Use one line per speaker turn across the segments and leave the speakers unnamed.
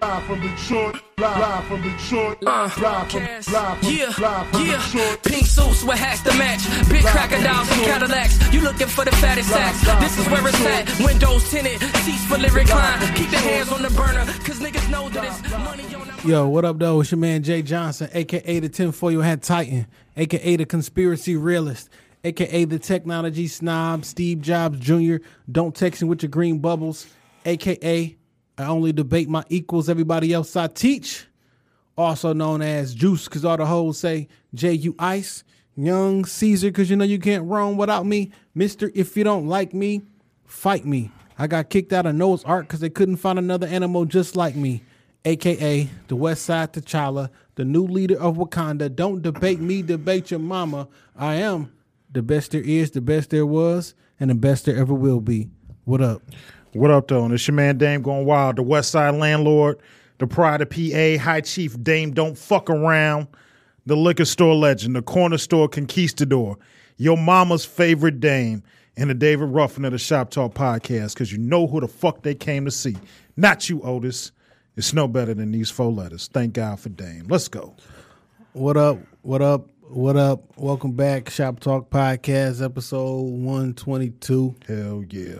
Live from Detroit, live, live from Detroit,
Uh,
live, live from, live from,
yeah,
live from
yeah.
Detroit.
Pink suits with hats to match. Big crocodiles and Cadillacs. You looking for the fattest sacks. This is where it's at. Windows tinted, seats fully reclined. Keep your hands on the burner, cause niggas know that it's money on the
Yo, what up, though? It's your man Jay Johnson, aka the tinfoil hat titan, aka the conspiracy realist, aka the technology snob, Steve Jobs Jr. Don't text me with your green bubbles, aka I only debate my equals, everybody else I teach, also known as Juice, because all the hoes say J U Ice, Young Caesar, because you know you can't roam without me, Mister. If you don't like me, fight me. I got kicked out of Noah's Ark because they couldn't find another animal just like me, aka the West Side T'Challa, the new leader of Wakanda. Don't debate me, debate your mama. I am the best there is, the best there was, and the best there ever will be. What up?
What up, though? And it's your man Dame going wild, the West Side landlord, the pride of PA, High Chief Dame Don't Fuck Around, the liquor store legend, the corner store conquistador, your mama's favorite dame, and the David Ruffin of the Shop Talk podcast, because you know who the fuck they came to see. Not you, Otis. It's no better than these four letters. Thank God for Dame. Let's go.
What up? What up? What up? Welcome back, Shop Talk Podcast, episode 122.
Hell yeah.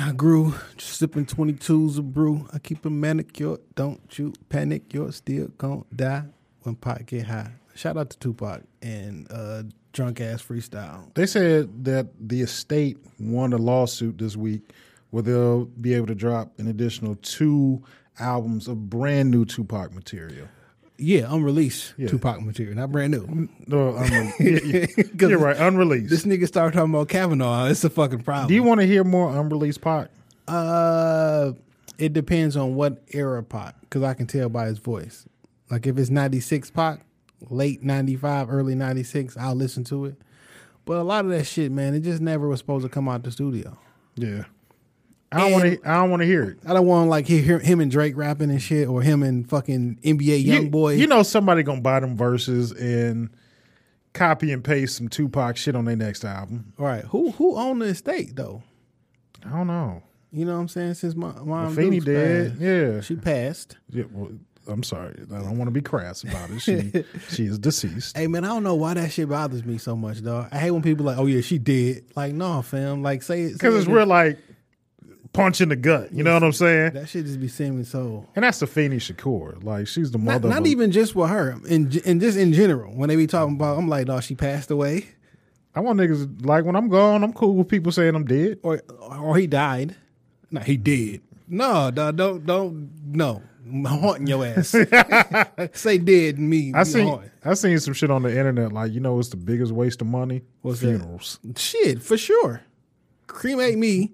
I grew, just sipping 22s of brew. I keep a manicure. Don't you panic. You're still going to die when pot get high. Shout out to Tupac and uh, Drunk Ass Freestyle.
They said that the estate won a lawsuit this week where they'll be able to drop an additional two albums of brand new Tupac material.
Yeah, unreleased
Yeah.
Tupac material, not brand new.
No, unre- yeah, yeah. you're right, unreleased.
This nigga started talking about Kavanaugh. It's a fucking problem.
Do you want to hear more unreleased Pac?
Uh, it depends on what era Pac, because I can tell by his voice. Like if it's '96 Pac, late '95, early '96, I'll listen to it. But a lot of that shit, man, it just never was supposed to come out the studio.
Yeah, I don't want to. I don't want to hear it.
I don't want like hear hear him and Drake rapping and shit, or him and fucking NBA YoungBoy.
you, you know somebody gonna buy them verses and copy and paste some Tupac shit on their next album.
All right? Who who owned the estate though?
I don't know.
You know what I'm saying? Since my mom
Feeny
Dukes
did,
passed.
yeah.
she passed.
Yeah, well, I'm sorry. I don't want to be crass about it. She she is deceased.
Hey man, I don't know why that shit bothers me so much, dog. I hate when people like, oh yeah, she did. Like, no, fam. Like, say it say
Because
it
it's real like punch in the gut. You know what I'm saying?
That shit just be seeming so.
And that's the Feeny Shakur. Like she's the
Not,
mother.
not
of a-
even just with her, and and just in general, when they be talking about, I'm like, dog, she passed away,
I want niggas like when I'm gone, I'm cool with people saying I'm dead.
or or he died. No, he did. No, dog, don't don't no. I'm haunting your ass. Say dead and me.
I
me
seen
haunting.
I seen some shit on the internet. Like you know, it's the biggest waste of money.
What's that?
Funerals.
shit for sure. Cremate me.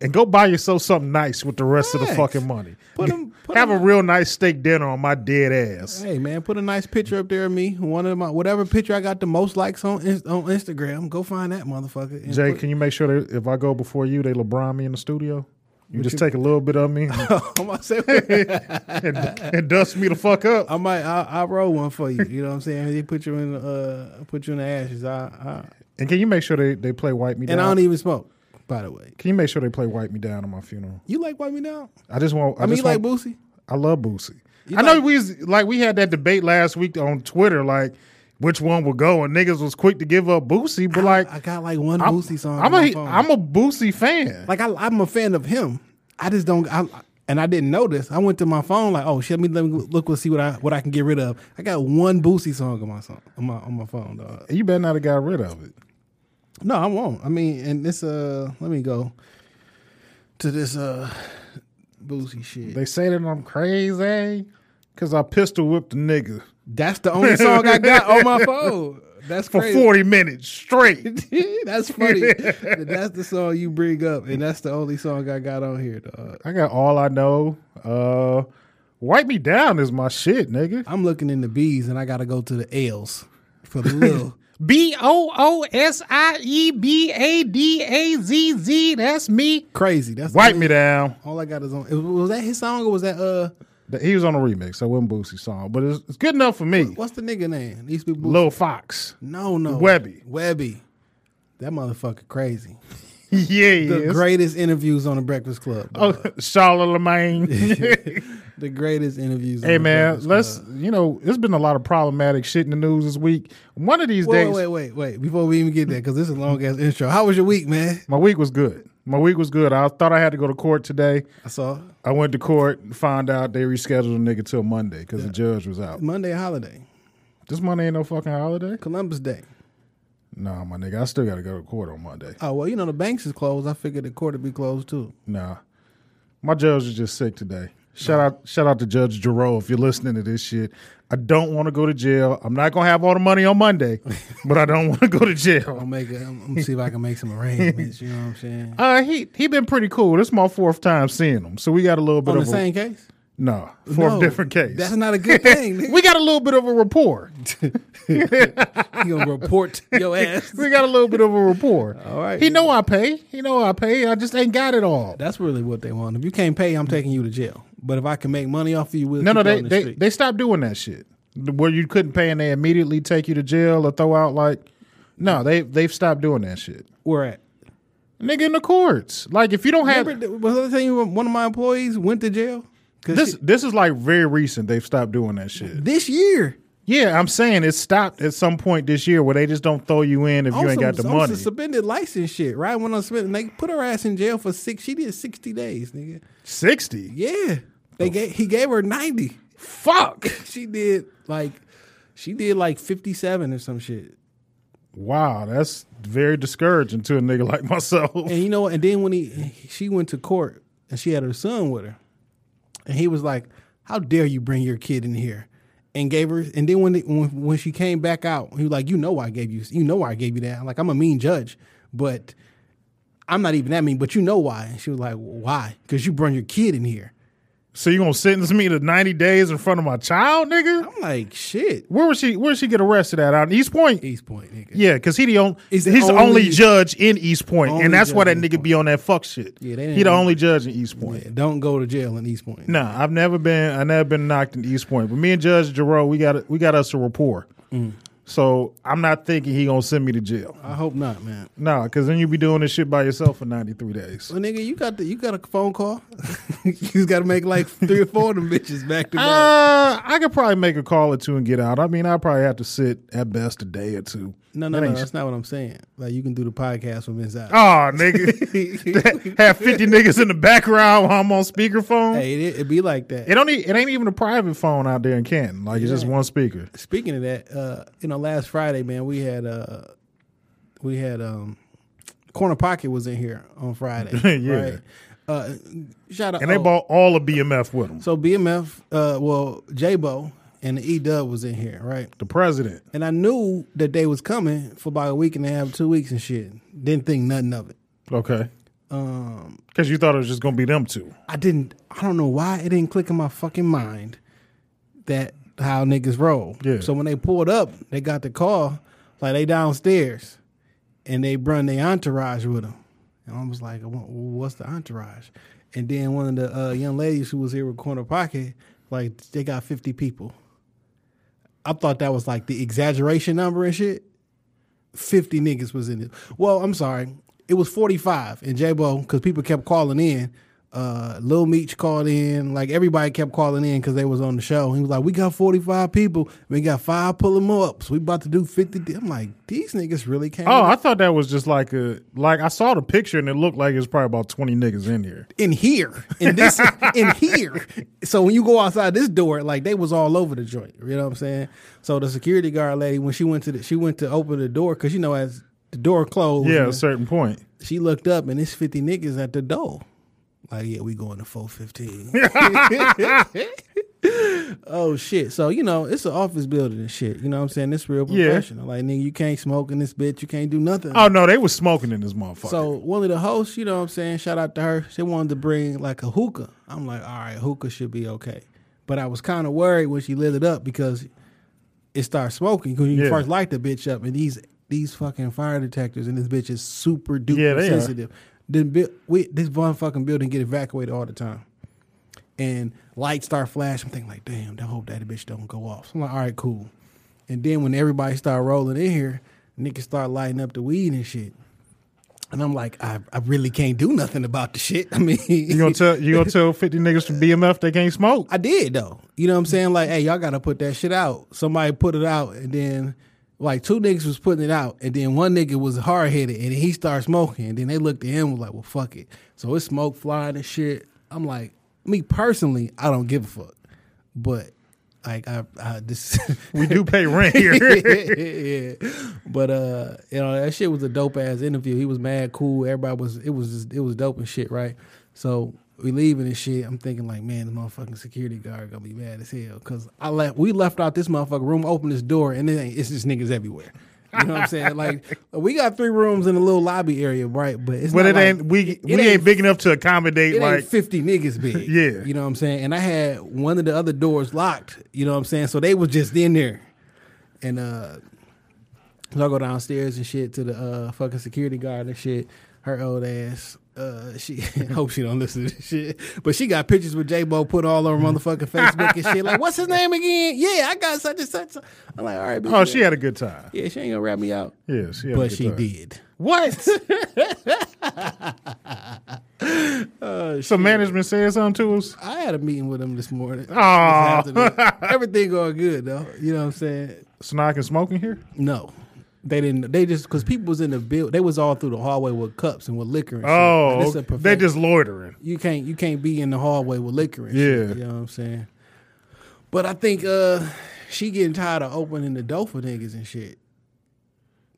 and go buy yourself something nice with the rest of the
Facts.
fucking money.
Put 'em- put
Have
'em-
a real nice steak dinner on my dead ass.
Hey man, put a nice picture up there of me. One of my whatever picture I got the most likes on Inst- on Instagram. Go find that motherfucker. and
Jay,
put-
can you make sure that if I go before you, they LeBron me in the studio? You just take a little bit of me and,
I'm about to say-
and dust me the fuck up.
I might I I roll one for you. You know what I'm saying? They put you in uh put you in the ashes. I, I
And can you make sure they, they play Wipe Me Down?
and I don't even smoke. By the way,
can you make sure they play Wipe Me Down on my funeral?
you like wipe me down?
I just want. I,
I mean, you
just
like
want-
Boosie?
I love Boosie. I know we was, like we had that debate last week on Twitter, like which one would go, and niggas was quick to give up Boosie, but like
I got like one
I'm-
Boosie song.
I'm
on my
a
phone.
I'm a Boosie fan.
like I, I'm a fan of him. I just don't. I, and I didn't know this. I went to my phone like, oh shit, let me let me look and see what I what I can get rid of. I got one Boosie song on my song on my on my phone, dog.
you better not have got rid of it.
No, I won't. I mean, and this uh, let me go to this uh, Boosie shit.
They say that I'm crazy because I pistol whipped the nigga
That's the only song I got on my phone. That's
for
crazy.
40 minutes straight.
that's funny. that's the song you bring up, and that's the only song I got on here. Dog.
I got all I know. Uh, Wipe Me Down is my shit, nigga.
I'm looking in the B's, and I got to go to the L's for the little.
B O O S I E B A D A Z Z. That's me.
Crazy. That's the
Wipe
only-
me down.
All I got is on. Was that his song or was that uh?
Th- He was on a remix, so it wasn't Boosie's song, but it's, it's good enough for me.
What's the nigga name? These people.
Lil Fox.
no, no.
Webby.
Webby. That motherfucker crazy.
yeah, he
The
is.
greatest interviews on the Breakfast Club.
Oh,
dog.
Charlamagne.
The greatest interviews. on
hey
The
man,
Breakfast
let's
Club.
you know, there's been a lot of problematic shit in the news this week. One of these
Wait,
days,
wait, wait, wait. Before we even get there, because this is a long ass intro. How was your week, man?
my week was good. My week was good. I thought I had to go to court today.
I saw
I went to court and found out they rescheduled a nigga till Monday because the judge was out.
Monday holiday,
This Monday ain't no fucking holiday.
Columbus Day.
Nah, my nigga, I still got to go to court on Monday.
Oh well, you know the banks is closed. I figured the court would be closed too.
Nah, my judge was just sick today. Shout out, shout out to Judge Giroux if you're listening to this shit. I don't want to go to jail. I'm not gonna have all the money on Monday, but I don't want to go to
I'll
jail.
make. i I'm gonna see if I can make some arrangements. You know what I'm saying?
Uh, he he been pretty cool. This is my fourth time seeing him, so we got a little bit
On the
of a,
same case.
no fourth
No,
different case.
That's not a good thing. nigga.
we got a little bit of a rapport.
you gonna report your ass.
We got a little bit of a rapport.
All right.
He know I pay. He know I pay. I just ain't got it all.
That's really what they want. If you can't pay, I'm taking you to jail. But if I can make money off of you, we'll
No,
keep
no,
you
they
on the
they,
street.
they stopped doing that shit where you couldn't pay and they immediately take you to jail or throw out like. No, they they've stopped doing that shit.
We're at.
Nigga in the courts, like if you don't have
Remember, th- was the other thing you- one of my employees went to jail? 'Cause
this,
she-
this is like very recent. They've stopped doing that shit.
this year.
Yeah, I'm saying it stopped at some point this year where they just don't throw you in if you
on
ain't got the
some- on some
money.
suspended license shit, right? When I suspended, they put her ass in jail for six. She did sixty days, nigga.
Sixty.
Yeah,
Oh.
they gave he gave her ninety.
Fuck.
She did like she did like fifty seven or some shit.
Wow, that's very discouraging to a nigga like myself.
And you know, and then when he she went to court and she had her son with her, and he was like, "How dare you bring your kid in here?" And gave her, and then when the, when, when she came back out, he was like, "You know why I gave you, you know why I gave you that." I'm like, I'm a mean judge, but I'm not even that mean. But you know why? And she was like, "Why? Because you brought your kid in here."
So you gonna sentence me to ninety days in front of my child, nigga?
I'm like, "Shit,
Where was she? Where did she get arrested at? Out in East Point.
East Point, nigga."
Yeah, because he the only
He's
he's
the
the only,
only-
judge in East Point,
Only
and that's why
judge
that
in East
nigga be on that fuck shit.
Yeah, they
he
didn't-
the only judge in East Point.
Yeah, Don't go to jail in East Point.
Nah, I've never been. I never been knocked in East Point. But me and Judge Jerome, we got we got us a rapport.
Mm.
So I'm not thinking he gonna send me to jail.
I hope not, man.
Nah, because then you be doing this shit by yourself for 93 days.
Well, nigga, you got the, you got a phone call. you just got to make like three or four of them bitches back to back.
Uh, I could probably make a call or two and get out. I mean, I probably have to sit at best a day or two.
No, no,
That
no.
ain't
That's not what I'm saying. Like you can do the podcast from inside.
Oh, nigga. have 50 niggas in the background while I'm on speakerphone.
Hey, it, it'd be like that.
It don't. e- It ain't even a private phone out there in Canton. Like it's just one speaker.
Speaking of that, uh, you know, last Friday, man, we had uh, we had um, corner pocket was in here on Friday.
Yeah.
right? Uh, shout out.
And they
oh,
bought all of BMF with them.
So BMF, uh, well, J Bo and the E Dub was in here, right?
The president.
And I knew that they was coming for about a week and a half, two weeks and shit. Didn't think nothing of it.
Okay.
Um,
Because you thought it was just gonna be them two.
I didn't. I don't know why it didn't click in my fucking mind that how niggas roll.
Yeah.
So when they pulled up, they got the call, like they downstairs, and they brung their entourage with them. And I was like, "Wha- "What's the entourage?" And then one of the uh, young ladies who was here with Corner Pocket, like they got fifty people. I thought that was like the exaggeration number and shit. Fifty niggas was in it. Well, I'm sorry, it was forty five in J-Bo because people kept calling in. Uh, Lil Meech called in, like everybody kept calling in because they was on the show. He was like, "We got forty five people. We got five pull 'em ups. We about to do 50 I'm like, "These niggas really came
Oh, I thought that was just like a like I saw the picture and it looked like it was probably about twenty niggas in here.
in here, in this, in here." So when you go outside this door, like they was all over the joint. You know what I'm saying? So the security guard lady, when she went to the, she went to open the door because you know as the door closed,
Yeah,
and-
a certain point.
she looked up and it's 50 niggas at the door. Like, yeah, we going to 415. oh shit. So, you know, it's an office building and shit. You know what I'm saying? It's real
Yeah.
professional. Like, nigga, you can't smoke in this bitch. You can't do nothing.
Oh no, they was smoking in this motherfucker.
So one of the hosts, you know what I'm saying, shout out to her. She wanted to bring like a hookah. I'm like, all right, hookah should be okay. But I was kind of worried when she lit it up because it starts smoking. Because you
Yeah.
first light the bitch up, and these these fucking fire detectors and this bitch is super duper
Yeah, they are.
sensitive. Then bu- we this one fucking building get evacuated all the time. and lights start flashing. I'm thinking like, damn, I hope that bitch don't go off. So I'm like, all right, cool. And then when everybody start rolling in here, niggas start lighting up the weed and shit. And I'm like, I, I really can't do nothing about the shit. I mean,
You gonna tell you gonna tell fifty niggas from BMF they can't smoke?
I did though. You know what I'm saying? Like, hey, y'all gotta put that shit out. Somebody put it out, and then like two niggas was putting it out, and then one nigga was hard headed, and he started smoking. And then they looked at him was like, well, fuck it. So it's smoke flying and shit. I'm like, me personally, I don't give a fuck, but like I, I this.
We do pay rent here.
yeah. But uh, you know, that shit was a dope ass interview. He was mad cool. Everybody was it was just, it was dope and shit, right? So we leaving and shit. I'm thinking like, man, the motherfucking security guard gonna be mad as hell because I left. We left out this motherfucking room, opened this door, and it ain't, it's just niggas everywhere. You know what I'm saying? Like we got three rooms in a little lobby area, right? But it's
but
not
it
like-
ain't we
it
we ain't, big enough to accommodate
it
like
ain't 50 niggas big.
Yeah.
You know what I'm saying? And I had one of the other doors locked. You know what I'm saying? So they was just in there. And uh so I go downstairs and shit to the uh fucking security guard and shit. Her old ass. Uh, she I hope she don't listen to this shit. But she got pictures with J Bo put all over motherfucking Facebook and shit. Like, what's his name again? Yeah, I got such and such. I'm like, all right, bitch.
oh she had a good time.
yeah, she ain't gonna wrap me out.
Yeah, she had a
But
good
she
time.
did.
What? so management said something to us.
I had a meeting with him this morning. this
Aw.
afternoon. Everything going good though. You know what I'm saying?
So now I can smoke in here.
No, they didn't. They just because people was in the build. They was all through the hallway with cups and with liquor. And shit. Like,
Oh,
this a
okay. they
perfect-
just loitering.
you can't you can't be in the hallway with liquor and
Yeah.
shit. You know what I'm saying? But I think uh she getting tired of opening the door for niggas and shit.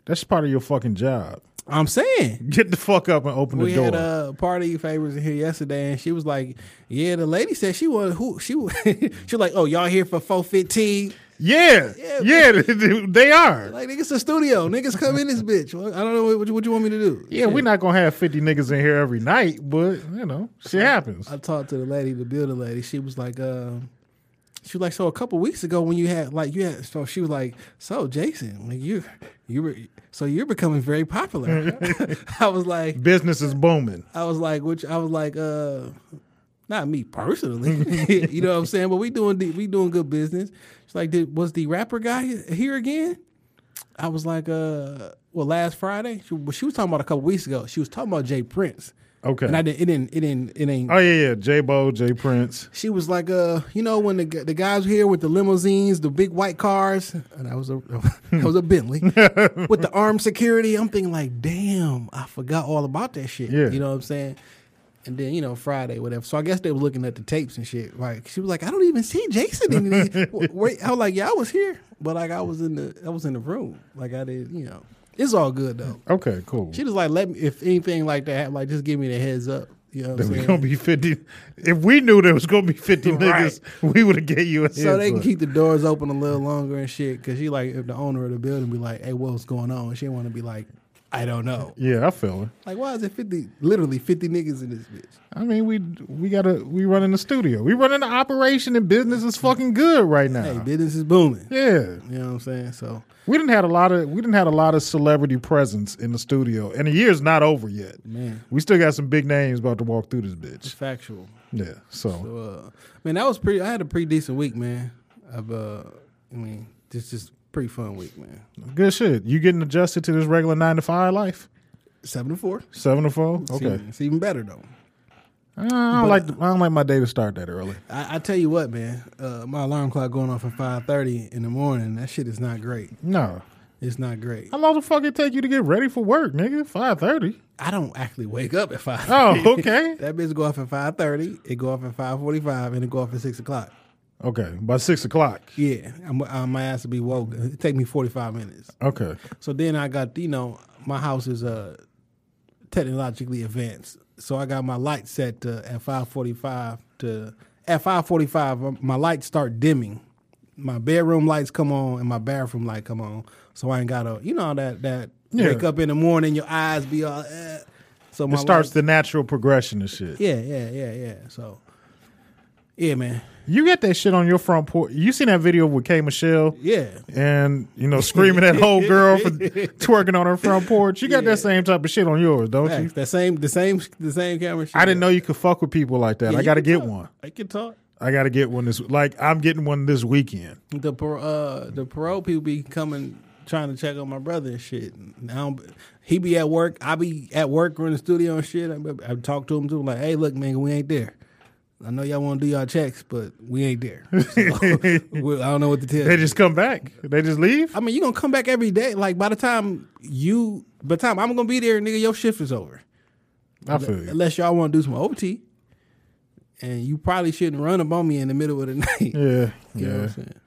That's part of your fucking job.
I'm saying.
Get the fuck up and open
We
the door.
had a party favors in here yesterday, and she was like, "Yeah, the lady said she was who she was. she was like, oh, y'all here for four fifteen?
yeah, yeah, they- they are.
Like niggas a studio, niggas come in this bitch. Well, I don't know what, you- what you want me to do.
Yeah, we're not gonna have fifty niggas in here every night, but you know, shit happens.
I talked to the lady, the builder lady. She was like, uh, she was like, so a couple weeks ago when you had like you had, so she was like, so Jason, like you, you were, so you're becoming very popular. I was like,
Business is booming.
I was like, which I was like, uh, not me personally, you know what I'm saying? But we doing the, we doing good business. She's like, did was the rapper guy here again? I was like, uh, well, last Friday she, well, she was talking about a couple weeks ago. She was talking about Jay Prince.
Okay.
and I didn't, it didn't, it didn't, it ain't
Oh yeah, yeah. J Bo, J Prince.
she was like, uh, you know, when the gu- the guys were here with the limousines, the big white cars, and I was a I was a Bentley with the armed security. I'm thinking like, damn, I forgot all about that shit.
Yeah.
You know what I'm saying? And then you know Friday, whatever. So I guess they was looking at the tapes and shit. Like she was like, I don't even see Jason in these. W- Wait, I was like, yeah, I was here, but like I was in the I was in the room. Like I did, you know, it's all good though.
Okay, cool.
She just like let me if anything like that, hap- like just give me the heads up. You know what I'm
There was
saying?
gonna be fifty. If we knew there was gonna be fifty
Right.
niggas, we would have get you. A
so they
heads
can
up.
keep the doors open a little longer and shit. Because she like if the owner of the building be like, "Hey, what's going on?" She want to be like, "I don't know."
Yeah, I feel it.
Like, why is it fifty? Literally fifty niggas in this bitch.
I mean, we we gotta we running the studio. We running the operation, and business is fucking good right now.
Hey, business is booming.
yeah,
You know what I'm saying? So
we didn't had a lot of we didn't had a lot of celebrity presence in the studio, and the year's not over yet.
Man.
we still got some big names about to walk through this bitch.
factual.
Yeah, so
So, uh, man, that was pretty. I had a pretty decent week, man. I've, uh, I mean, this just pretty fun week, man.
good shit. You getting adjusted to this regular nine to five life?
Seven to four.
Seven to four.
It's
Okay,
even- it's even better though.
Uh, I don't like I don't like my day to start that early.
I, I tell you what, man. Uh, my alarm clock going off at five thirty in the morning. That shit is not great.
No,
It's not great.
How long the fuck it take you to get ready for work, nigga? Five thirty.
I don't actually wake up at five.
Oh, okay.
That bitch go off at five thirty. It go off at five forty five, and it go off at six o'clock.
okay, by six o'clock.
Yeah, I'm, I, my ass will be woke. It take me forty five minutes.
Okay.
So then I got you know my house is uh technologically advanced, so I got my lights set to, at five forty five to at five forty five. My lights start dimming. My bedroom lights come on and my bathroom light come on, so I ain't gotta you know that that
Yeah.
wake up in the morning, your eyes be all. Eh. So my
It starts
lights-
the natural progression and shit.
Yeah, yeah, yeah, yeah. So Yeah, man.
You got that shit on your front porch. You seen that video with K Michelle?
Yeah.
And you know, screaming at old girl for twerking on her front porch. You got that same type of shit on yours, don't
Facts.
you?
That same, the same, the same camera. Shit.
I didn't know you could fuck with people like that.
Yeah,
I
you
got to
can
get
talk.
one.
I can talk.
I got to get one this like I'm getting one this weekend.
The par- uh, the parole people be coming trying to check on my brother and shit. Now he be at work. I be at work or in the studio and shit. I, I talk to him too. Like, hey, look, man, we ain't there. I know y'all want to do y'all checks, but we ain't there. So, we- I don't know what to tell.
They
you.
just come back. They just leave.
I mean, you gonna come back every day. Like by the time you, by the time I'm gonna be there, nigga, your shift is over.
I feel you.
Unless y'all want to do some OT, and you probably shouldn't run up on me in the middle of the night.
Yeah,
You know what
yeah.
I'm saying?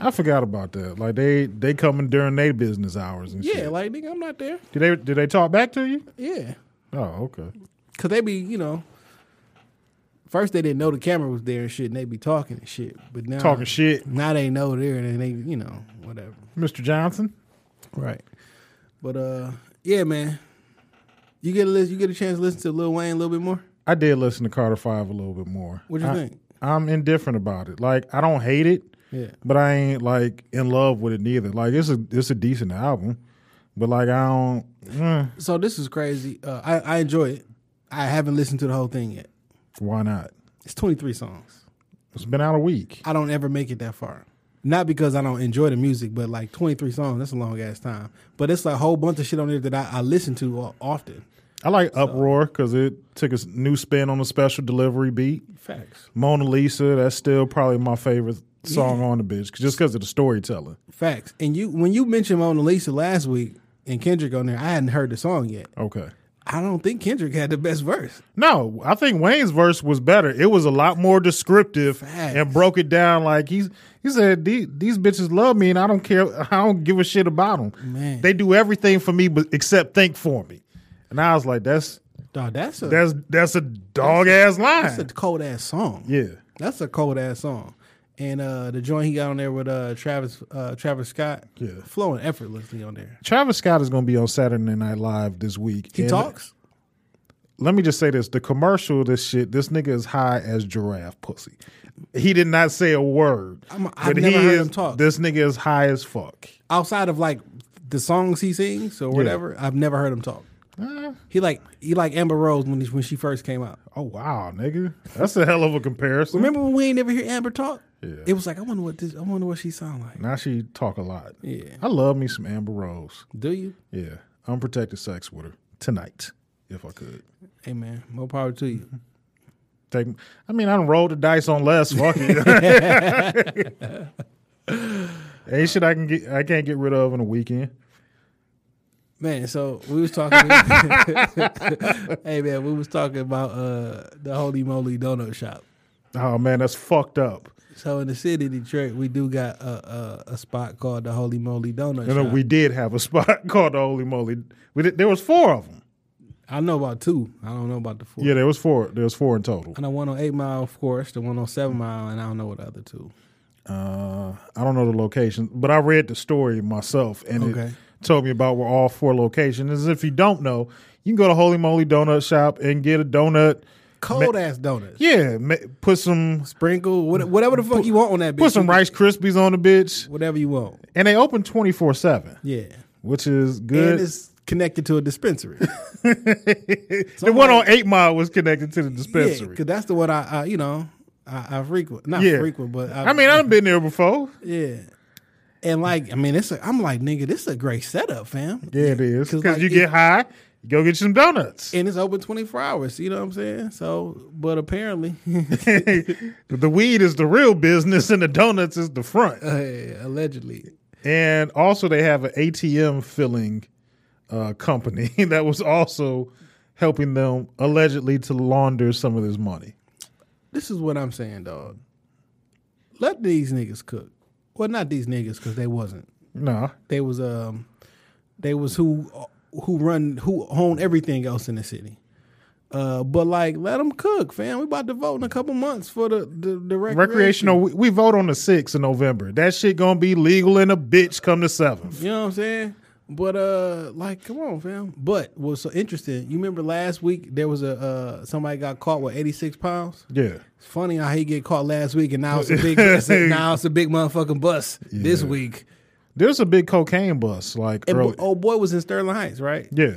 I forgot about that. Like they they coming during their business hours and
Yeah,
shit.
like nigga, I'm not there.
do they do they talk back to you?
Yeah,
Oh, okay.
cause they be, you know, first they didn't know the camera was there and shit, and they be talking and shit. But now
Talking shit,
Now they know there, and they, you know, whatever.
Mr. Johnson.
Right. But uh, yeah, man, you get a list. You get a chance to listen to Lil Wayne a little bit more.
I did listen to Carter Five a little bit more.
What you
I-
think?
I'm indifferent about it. Like I don't hate it,
Yeah.
but I ain't like in love with it neither. Like it's a it's a decent album, but like I don't. eh,
So this is crazy. Uh, I I enjoy it. I haven't listened to the whole thing yet.
why not?
It's 23 songs.
It's been out a week.
I don't ever make it that far. Not because I don't enjoy the music, but like 23 songs, that's a long ass time. But it's a whole bunch of shit on there that I, I listen to o- often.
I like Uproar because it took a s- new spin on the special delivery beat.
Facts.
Mona Lisa, that's still probably my favorite song on the bitch, 'cause- just because of the storytelling.
Facts. And you when you mentioned Mona Lisa last week and Kendrick on there, I hadn't heard the song yet.
Okay.
I don't think Kendrick had the best verse.
No, I think Wayne's verse was better. It was a lot more descriptive
Facts.
and broke it down like he's he said these, these bitches love me and I don't care I don't give a shit about them.
Man.
They do everything for me but except think for me. And I was like that's
Dog, that's a that's,
that's that's a dog ass line.
a cold ass song.
yeah.
That's a cold ass song. And uh the joint he got on there with uh Travis uh Travis Scott
Yeah.
flowing effortlessly on there.
Travis Scott is going to be on Saturday Night Live this week.
He
And
talks.
Let me just say this: the commercial, this shit, this nigga is high as giraffe pussy. He did not say a word,
I'm- I've never heard him talk.
This nigga is high as fuck.
outside of like the songs he sings or whatever, I've never heard him talk.
Uh.
He like he like Amber Rose when he, when she first came out.
Oh wow, nigga, that's a hell of a comparison.
Remember when we ain't never hear Amber talk?
Yeah.
It was like I wonder what this I wonder what she sound like.
now she talk a lot.
Yeah.
I love me some Amber Rose.
Do you?
Yeah, unprotected sex with her tonight, if I could.
Hey man, more power to you.
Take, I mean, I don't roll the dice on less. Fuck it. Ain't shit I can get. I can't get rid of in a weekend.
Man, so we was talking Hey man, we was talking about uh the Holy Moly Donut Shop.
Oh man, that's fucked up.
So in the city of Detroit, we do got a a, a spot called the Holy Moly Donut
You know,
Shop.
we did have a spot called the Holy Moly. We did, there was four of them.
I know about two. I don't know about the four.
Yeah, there was four. There was four in total.
I know one on eight mile, of course, the one on seven mile, and I don't know what the other two.
Uh, I don't know the location, but I read the story myself, and
Okay.
it told me about where all four locations. is. if you don't know, you can go to Holy Moly Donut Shop and get a donut.
Cold ass donuts.
Yeah, ma- put some
Sprinkle, what- whatever the fuck you want on that bitch.
put some
You-
Rice Krispies on the bitch,
Whatever you want.
and they open twenty four seven,
Yeah.
which is good.
And it's connected to a dispensary.
the one on Eight Mile was connected to the
yeah,
dispensary.
because that's the one I, I you know, I, I frequent. Not
Yeah.
frequent, but I,
I mean, I've been there before.
yeah. And like, I mean, it's. A, I'm like, nigga, this is a great setup, fam.
Yeah, it is.
'Cause,
Because
like,
you
it-
get high, you go get you some donuts.
And it's open 24 hours. You know what I'm saying? So, but apparently,
the weed is the real business, and the donuts is the front.
allegedly,
And also, they have an ATM filling uh, company that was also helping them allegedly to launder some of this money.
this is what I'm saying, dog. Let these niggas cook. Well, not these niggas because they wasn't.
Nah,
They was um, they was who who run who own everything else in the city. Uh, but like, let them cook, fam. We about to vote in a couple months for the the, the recreation.
recreational. We, we vote on the sixth of November. That shit gonna be legal in a bitch come the seventh.
You know what I'm saying? But uh, like, come on, fam. But what's so interesting? You remember last week there was a uh somebody got caught with eighty six pounds.
Yeah.
It's funny how he get caught last week, and now it's a big it's a- now it's a big motherfucking bust this week.
There's a big cocaine bus, like
And oh.
early.
bo- old boy was in Sterling Heights, right?
yeah.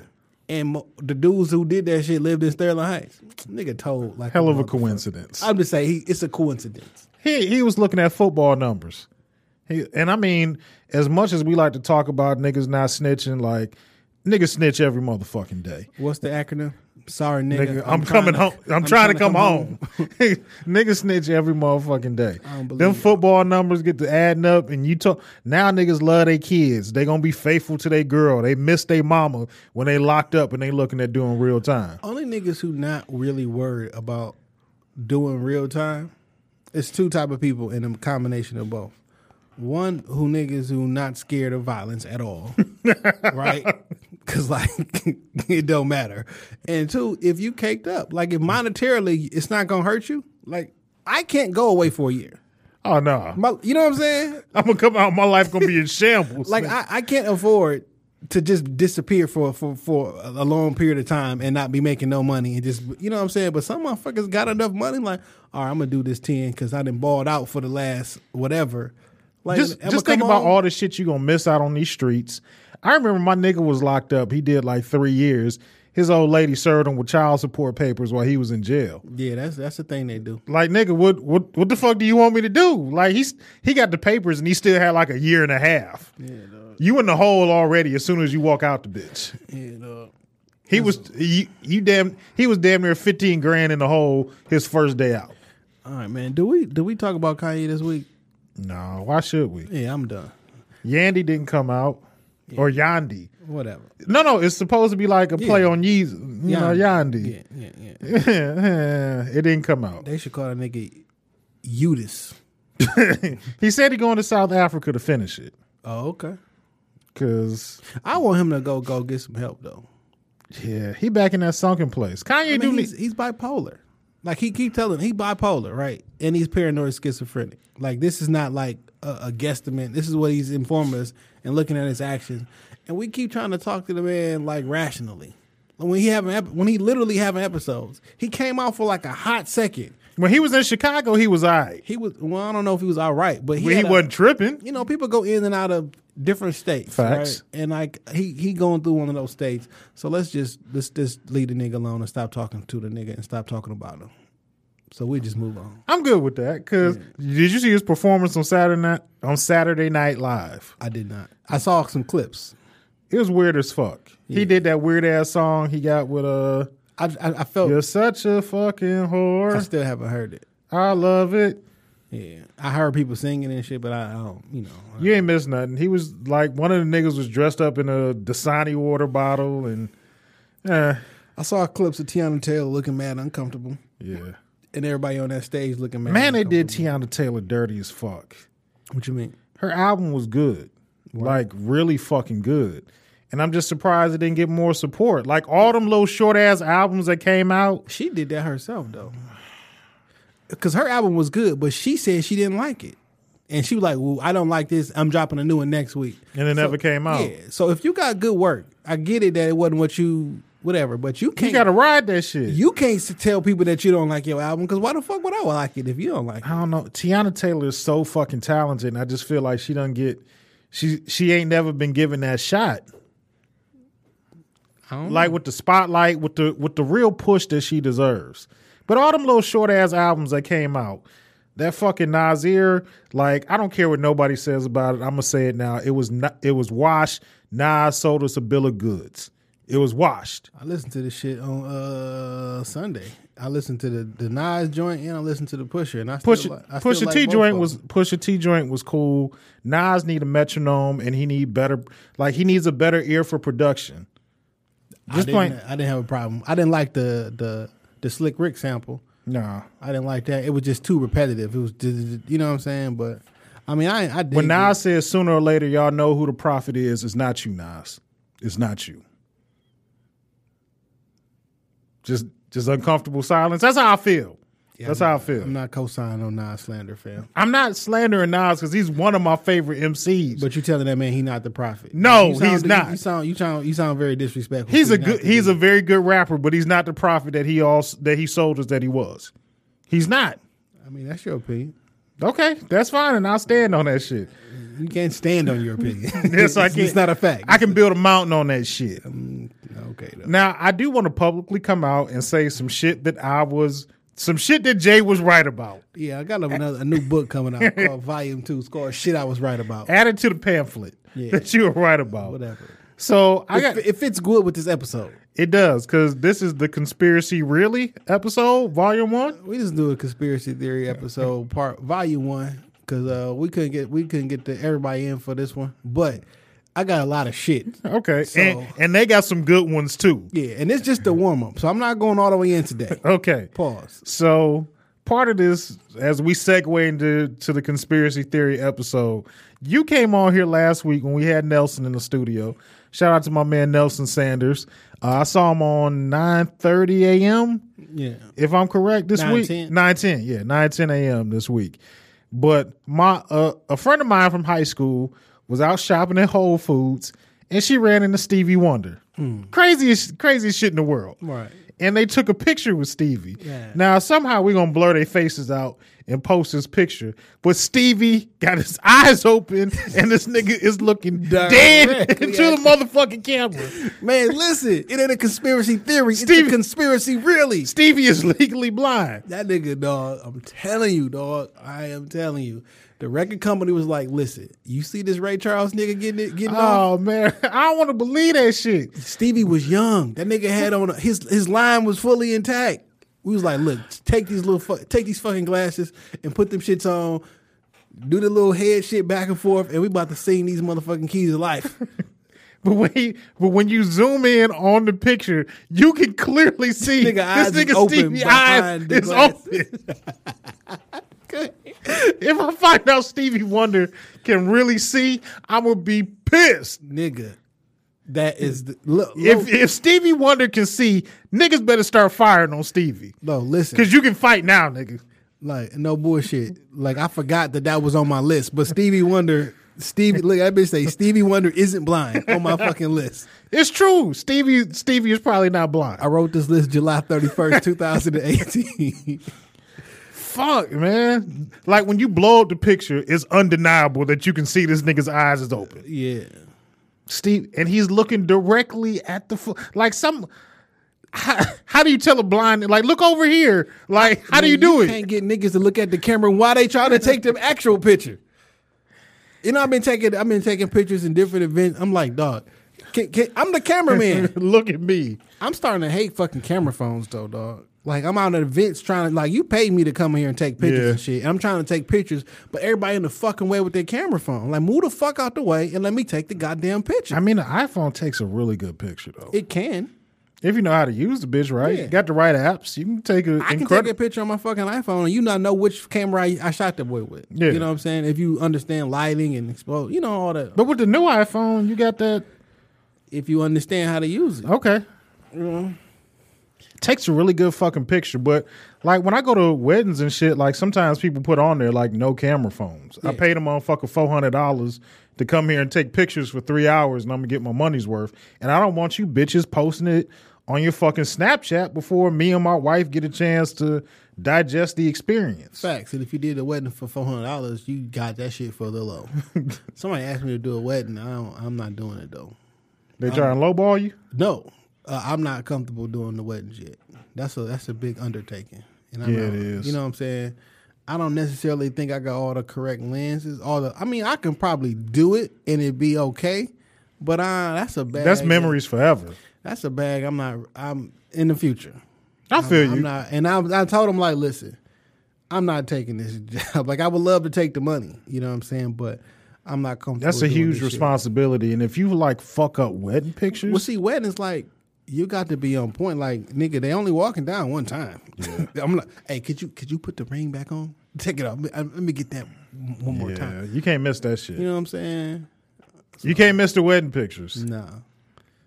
And mo- the dudes who did that shit lived in Sterling Heights. Nigga told like
Hell of a
motherfucker.
coincidence.
I'm just saying, he, it's a coincidence.
he he was looking at football numbers. He and I mean, as much as we like to talk about niggas not snitching, like niggas snitch every motherfucking day.
What's the acronym? Sorry, nigga.
Nigga, I'm, coming
trying
home. I'm, trying, to come, home. niggas snitch every motherfucking day.
don't believe
Them
it.
football numbers get to adding up, and you talk. Now niggas love their kids. They gonna be faithful to their girl. They miss their mama when they locked up and they looking at doing real time.
Only niggas who not really worried about doing real time. It's two type of people in a combination of both. One who niggas who not scared of violence at all, right? Because like it don't matter. And two, if you caked up, like if monetarily it's not gonna hurt you, like I can't go away for a year.
Oh no,
My, you know what I'm saying?
I'm gonna come out. My life gonna be in shambles.
Like I, I can't afford to just disappear for, for for a long period of time and not be making no money and just you know what I'm saying. But some motherfuckers got enough money. Like, all right, I'm gonna do this ten because I done balled out for the last whatever. Like,
just,
I'ma
just think
come
about
home-
all the shit you gonna miss out on these streets. I remember my nigga was locked up. He did like three years. His old lady served him with child support papers while he was in jail.
Yeah, that's that's the thing they do.
Like nigga, what what what the fuck do you want me to do? Like he's he got the papers and he still had like a year and a half. you in the hole already as soon as you walk out the bitch.
You
uh,
know,
He was you, you damn he was damn near fifteen grand in the hole his first day out.
all right, man. Do we do we talk about Kanye this week?
No, why should we?
Yeah, I'm done.
Yandy didn't come out or Yandy.
Whatever.
No, no, it's supposed to be like a play
Yeah.
on Yeezy, you know,
Yeah,
Yandy.
yeah, yeah.
it didn't come out.
They should call that nigga Udis.
He said he going to South Africa to finish it
Oh, okay.
because
I want him to go go get some help though.
yeah, he back in that sunken place. Kanye
I mean,
do
he's,
need-
he's bipolar. Like he keep telling he bipolar, right? And he's paranoid schizophrenic. Like this is not like a, a guesstimate. This is what he's informing us and looking at his actions. And we keep trying to talk to the man like rationally. When he having ep- when he literally having episodes, he came out for like a hot second.
when he was in Chicago, he was alright.
He was well, I don't know if he was all right, but he,
He, he
had a-
wasn't tripping.
you know, people go in and out of different states.
Facts.
right? And like he he going through one of those states. So let's just let's just leave the nigga alone and stop talking to the nigga and stop talking about him. So we just move on.
I'm good with that because did you see his performance on Saturday night on Saturday Night Live?
I did not. I saw some clips.
It was weird as fuck. He did that weird ass song he got with uh
I I, I felt
You're such a fucking
I
whore.
still haven't heard it.
I love it.
Yeah, I heard people singing and shit, but I, I don't. You know,
You ain't missed nothing. He was like one of the niggas was dressed up in a Dasani water bottle and eh,
I saw clips of Tiana Taylor looking mad uncomfortable,
yeah.
and everybody on that stage looking mad.
Man, they did
uncomfortable.
Tiana Taylor dirty as fuck.
What you mean?
Her album was good. Like really fucking good. And I'm just surprised it didn't get more support. Like all them little short ass albums that came out.
She did that herself though. Cause her album was good, but she said she didn't like it. And she was like, Well, I don't like this. I'm dropping a new one next week.
And it never came out.
Yeah. So if you got good work, I get it that it wasn't what you whatever, but you can't
You gotta ride that shit.
you can't s- tell people that you don't like your album because why the fuck would I like it if you don't like
I
it?
don't know. Tiana Taylor is so fucking talented, and I just feel like she doesn't get she she ain't never been given that shot. Like with the spotlight, with the with the real push that she deserves. But all them little short ass albums that came out, that fucking Nasir, like I don't care what nobody says about it. I'm gonna say it now. It was not, it was Wash Nas sold us a bill of goods. It was washed.
I listened to this shit on uh Sunday. I listened to the, the Nas joint and I listened to the Pusher and I still
Push
li- I still
Push a
like
T
both
joint
of
was
them.
Push a T joint was cool. Nas need a metronome and he need better like he needs a better ear for production.
I
Just
didn't,
plain
I didn't have a problem. I didn't like the the the Slick Rick sample.
nah.
I didn't like that. It was just too repetitive. It was, d- d- d- you know what I'm saying? But I mean, I, I did.
When Nas says sooner or later y'all know who the prophet is, it's not you, Nas. It's not you. Just just uncomfortable silence. That's how I feel. That's how I feel.
I'm not co-signing on Nas slander, fam.
I'm not slandering Nas because he's one of my favorite MCs.
But you telling that man he not the prophet?
No,
You sound-
he's not.
You sound you sound you sound very disrespectful.
he's
for
a
not
good
to
he's
be-
a very good rapper, but he's not the prophet that he also that he sold us that he was. He's not.
I mean, that's your opinion.
Okay, that's fine, and I'll stand on that shit.
You can't stand on your opinion.
Yes, I
It's-
can.
It's not a fact.
I can build a mountain on that shit.
okay. Though.
Now, I do want to publicly come out and say some shit that I was, some shit that Jay was right about.
Yeah, I got another, a new book coming out called Volume Two. It's called "Shit I Was Right About."
Added to the pamphlet
Yeah.
that you were right about.
Whatever.
So I
It
got
fi- it fits good with this episode.
it does because this is the conspiracy really episode volume one.
We just do a conspiracy theory episode, part volume one, because uh, we couldn't get we couldn't get the everybody in for this one. But I got a lot of shit.
Okay,
So-
and and they got some good ones too.
Yeah, and it's just the warm up, so I'm not going all the way in today.
Okay,
Pause.
So part of this, as we segue into to the conspiracy theory episode, you came on here last week when we had Nelson in the studio. Shout out to my man Nelson Sanders. Uh, I saw him on nine thirty a.m.
Yeah,
If I'm correct, this week
9:10.
nine ten, yeah, nine ten a.m. this week. But my uh, a friend of mine from high school was out shopping at Whole Foods, and she ran into Stevie Wonder. Craziest, craziest shit in the world
Right.
and they took a picture with Stevie.
Yeah.
Now somehow we're gonna blur their faces out and post this picture. But Stevie got his eyes open and this nigga is looking dead
Directly
into the
at-
motherfucking camera.
man, listen, it ain't a conspiracy theory. It's
Steve-
a conspiracy, really.
Stevie is legally blind.
That nigga, dog. I'm telling you, dog. I am telling you. The record company was like, "Listen, you see this Ray Charles nigga getting it, getting off?
Oh man, I don't want to believe that shit.
Stevie was young. That nigga had on a, his his line was fully intact. We was like, look, take these little fu- take these fucking glasses and put them shits on. Do the little head shit back and forth, and we about to sing these motherfucking keys of life.
But when he, but when you zoom in on the picture, you can clearly see
Nigga, eyes is
this nigga
open
Stevie eyes
behind the
is
glass.
open. if I find out Stevie Wonder can really see, I will be pissed.
Nigga, that is the, look.
If
look-
if Stevie Wonder can see, niggas better start firing on Stevie
no, listen,
because you can fight now, nigga.
like no bullshit. Like I forgot that that was on my list, but Stevie Wonder, Stevie, look, that bitch say Stevie Wonder isn't blind on my fucking list.
It's true. Stevie Stevie is probably not blind.
I wrote this list July thirty first, two thousand and eighteen.
Fuck, man. Like when you blow up the picture, it's undeniable that you can see this nigga's eyes is open.
yeah.
Steve, and he's looking directly at the fo- like some. How, how do you tell a blind like look over here? Like how do you do it?
Can't get niggas to look at the camera while they trying to take them actual picture. You know, I've been taking I've been taking pictures in different events. I'm like, dog, can, can, I'm the cameraman.
look at me.
I'm starting to hate fucking camera phones though, dog. Like I'm out at events trying to like you paid me to come here and take pictures
Yeah.
and shit. And I'm trying to take pictures, but everybody in the fucking way with their camera phone. Like move the fuck out the way and let me take the goddamn picture.
I mean, an iPhone takes a really good picture though.
it can.
if you know how to use the bitch right,
Yeah.
got the right apps, you can take an
I can
incredible.
take a picture on my fucking iPhone and you not know which camera I, I shot that boy with.
Yeah.
You know what I'm saying? If you understand lighting and expose, you know all that.
but with the new iPhone, you got that.
if you understand how to use it.
Okay.
Mm-hmm.
Takes a really good fucking picture, but like when I go to weddings and shit, like sometimes people put on there like no camera phones. I
Yeah.
paid a motherfucker four hundred dollars to come here and take pictures for three hours, and I'm gonna get my money's worth. And I don't want you bitches posting it on your fucking Snapchat before me and my wife get a chance to digest the experience.
Facts. And if you did a wedding for four hundred dollars, you got that shit for the low. Somebody asked me to do a wedding. I don't, I'm not doing it though.
They trying to
Uh-huh.
lowball you.
No, uh, I'm not comfortable doing the weddings yet. That's a that's a big undertaking. And I
Yeah,
know,
it is.
You know what I'm saying? I don't necessarily think I got all the correct lenses. All the I mean, I can probably do it and it'd be okay. But uh, that's a bag.
That's memories forever.
That's a bag. I'm not. I'm in the future.
I feel you.
I'm not, and I, I told him like, listen, I'm not taking this job. Like, I would love to take the money. You know what I'm saying? But I'm not comfortable.
That's a
doing
huge
this shit.
responsibility, and if you like fuck up wedding pictures,
Well, see, weddings like you got to be on point. Like, nigga, they only walking down one time. I'm like, hey, could you could you put the ring back on? Take it off. Let me- uh, Let me get that one more
yeah,
time.
you can't miss that shit.
You know what I'm saying?
You can't miss the wedding pictures.
Nah.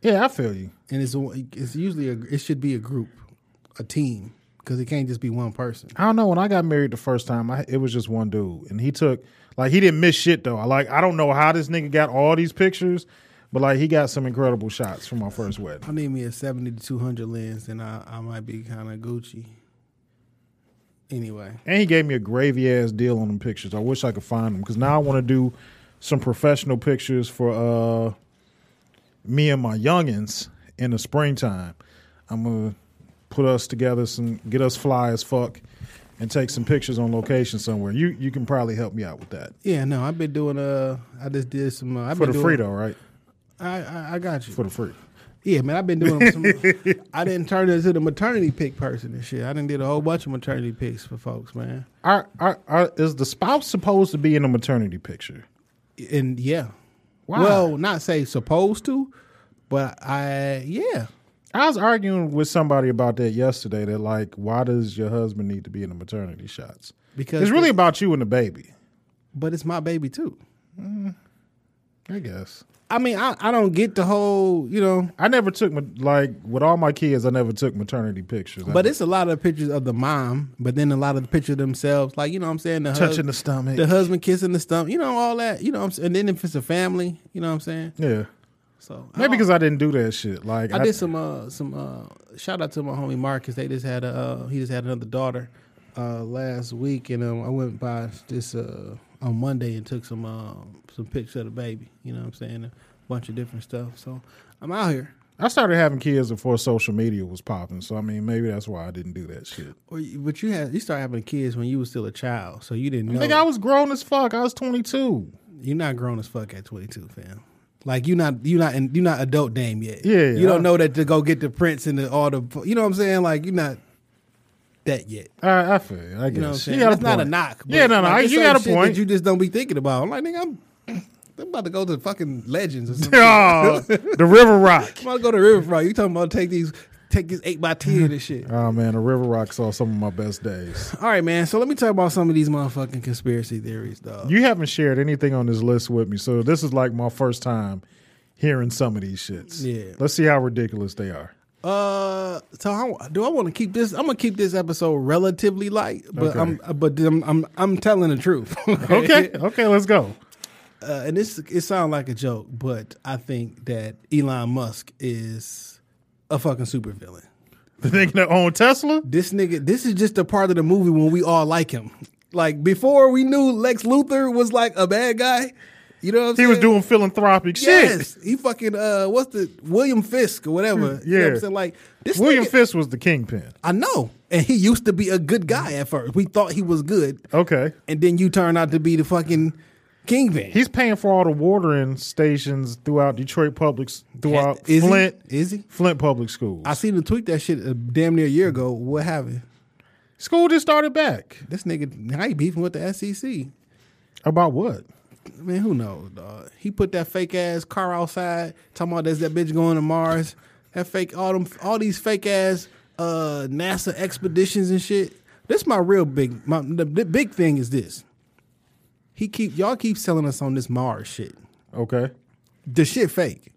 Yeah, I feel you.
And it's a- it's usually a, it should be a group, a team. because it can't just be one person.
I don't know. When I got married the first time, I, it was just one dude, and he took like he didn't miss shit though. I like I don't know how this nigga got all these pictures, but like he got some incredible shots from our first wedding.
I need me a seventy to two hundred lens, and I, I might be kind of Gucci. Anyway,
And he gave me a gravy ass deal on them pictures. I wish I could find them because now I want to do some professional pictures for uh me and my youngins in the springtime. I'm gonna put us together, some get us fly as fuck, and take some pictures on location somewhere. You you can probably help me out with that
yeah, no, I've been doing. Uh, I just did some. Uh, I've
for
been
the
doing,
free though, right?
I, I I got you
For the free.
Yeah, man, I've been doing some. I didn't turn into the maternity pick person and shit. I didn't did a whole bunch of maternity picks for folks, man.
Are, are, are, is the spouse supposed to be in a maternity picture?
And yeah,
Why?
well, not say supposed to, but I yeah.
I was arguing with somebody about that yesterday. That like, why does your husband need to be in the maternity shots?
Because
it's really
the-
about you and the baby,
But it's my baby too.
I guess.
I mean, I, I don't get the whole you know,
I never took ma- like with all my kids. I never took maternity pictures. I
but it's a lot of pictures of the mom, but then a lot of the pictures of themselves, like you know what I'm saying, the hus-
touching the stomach.
the husband kissing the stump, you know all that, you know. What I'm saying? And then if it's a family, you know what I'm saying.
yeah,
So I
maybe
don't-
because I didn't do that shit. Like
Oh. I did some uh some uh shout out to my homie Marcus. They just had a uh, he just had another daughter uh last week and um, I went by this uh on Monday and took some uh, some pictures of the baby, you know what I'm saying? A bunch of different stuff. So I'm out here.
I started having kids before social media was popping. So I mean, maybe that's why I didn't do that shit.
Or you- but you had you started having kids when you was still a child, so you didn't know.
Like I was grown as fuck. I was twenty two.
you're not grown as fuck at 22, fam. Like you not you not and you not adult dame yet.
Yeah,
you don't
I-
know that to go get the prints and the, all the you know what I'm saying. Like you're not that yet.
I, I feel. You. I guess.
You know what I'm saying?
You got
That's
a
not a
point.
knock. but,
Yeah, no, no.
like,
I-
it's
you
certain
got a
shit
point.
That you just don't be thinking about. I'm like, nigga, I'm, I'm about to go to the fucking legends or something. I'm
Oh, the River Rock.
about to go to Riverfront. You talking about take these, take this eight by ten and shit.
Oh man, the River Rock saw some of my best days.
All right, man. So let me talk about some of these motherfucking conspiracy theories, dog.
You haven't shared anything on this list with me, so this is like my first time hearing some of these shits.
Yeah.
Let's see how ridiculous they are.
Uh, so how, do I want to keep this? I'm gonna keep this episode relatively light, but
Okay.
I'm, but I'm, I'm, I'm telling the truth.
Okay, okay, let's go.
uh, and this it sounds like a joke, but I think that Elon Musk is a fucking supervillain.
The nigga that owned Tesla?
this nigga, this is just a part of the movie when we all like him. Like before we knew Lex Luthor was like a bad guy. You know what I'm
He
saying?
was doing philanthropic
Yes.
shit.
He fucking uh what's the William Fisk or whatever. You know what I'm
Yeah.
saying? Like this
William
nigga,
Fisk was the kingpin.
I know. And he used to be a good guy at first. We thought he was good.
Okay.
And then you turn out to be the fucking kingpin.
He's paying for all the watering stations throughout Detroit public s- throughout
Is he?
Flint
Is he?
Flint Public Schools.
I seen him tweet that shit uh, damn near a year ago. What happened?
School just started back.
This nigga now he beefing with the E SEC.
About what?
Man, who knows, dog? He put that fake ass car outside, talking about there's that bitch going to Mars. That fake all them all these fake ass uh NASA expeditions and shit. This my real big my the, the big thing is this. He keep y'all keep selling us on this Mars shit.
Okay.
The shit fake.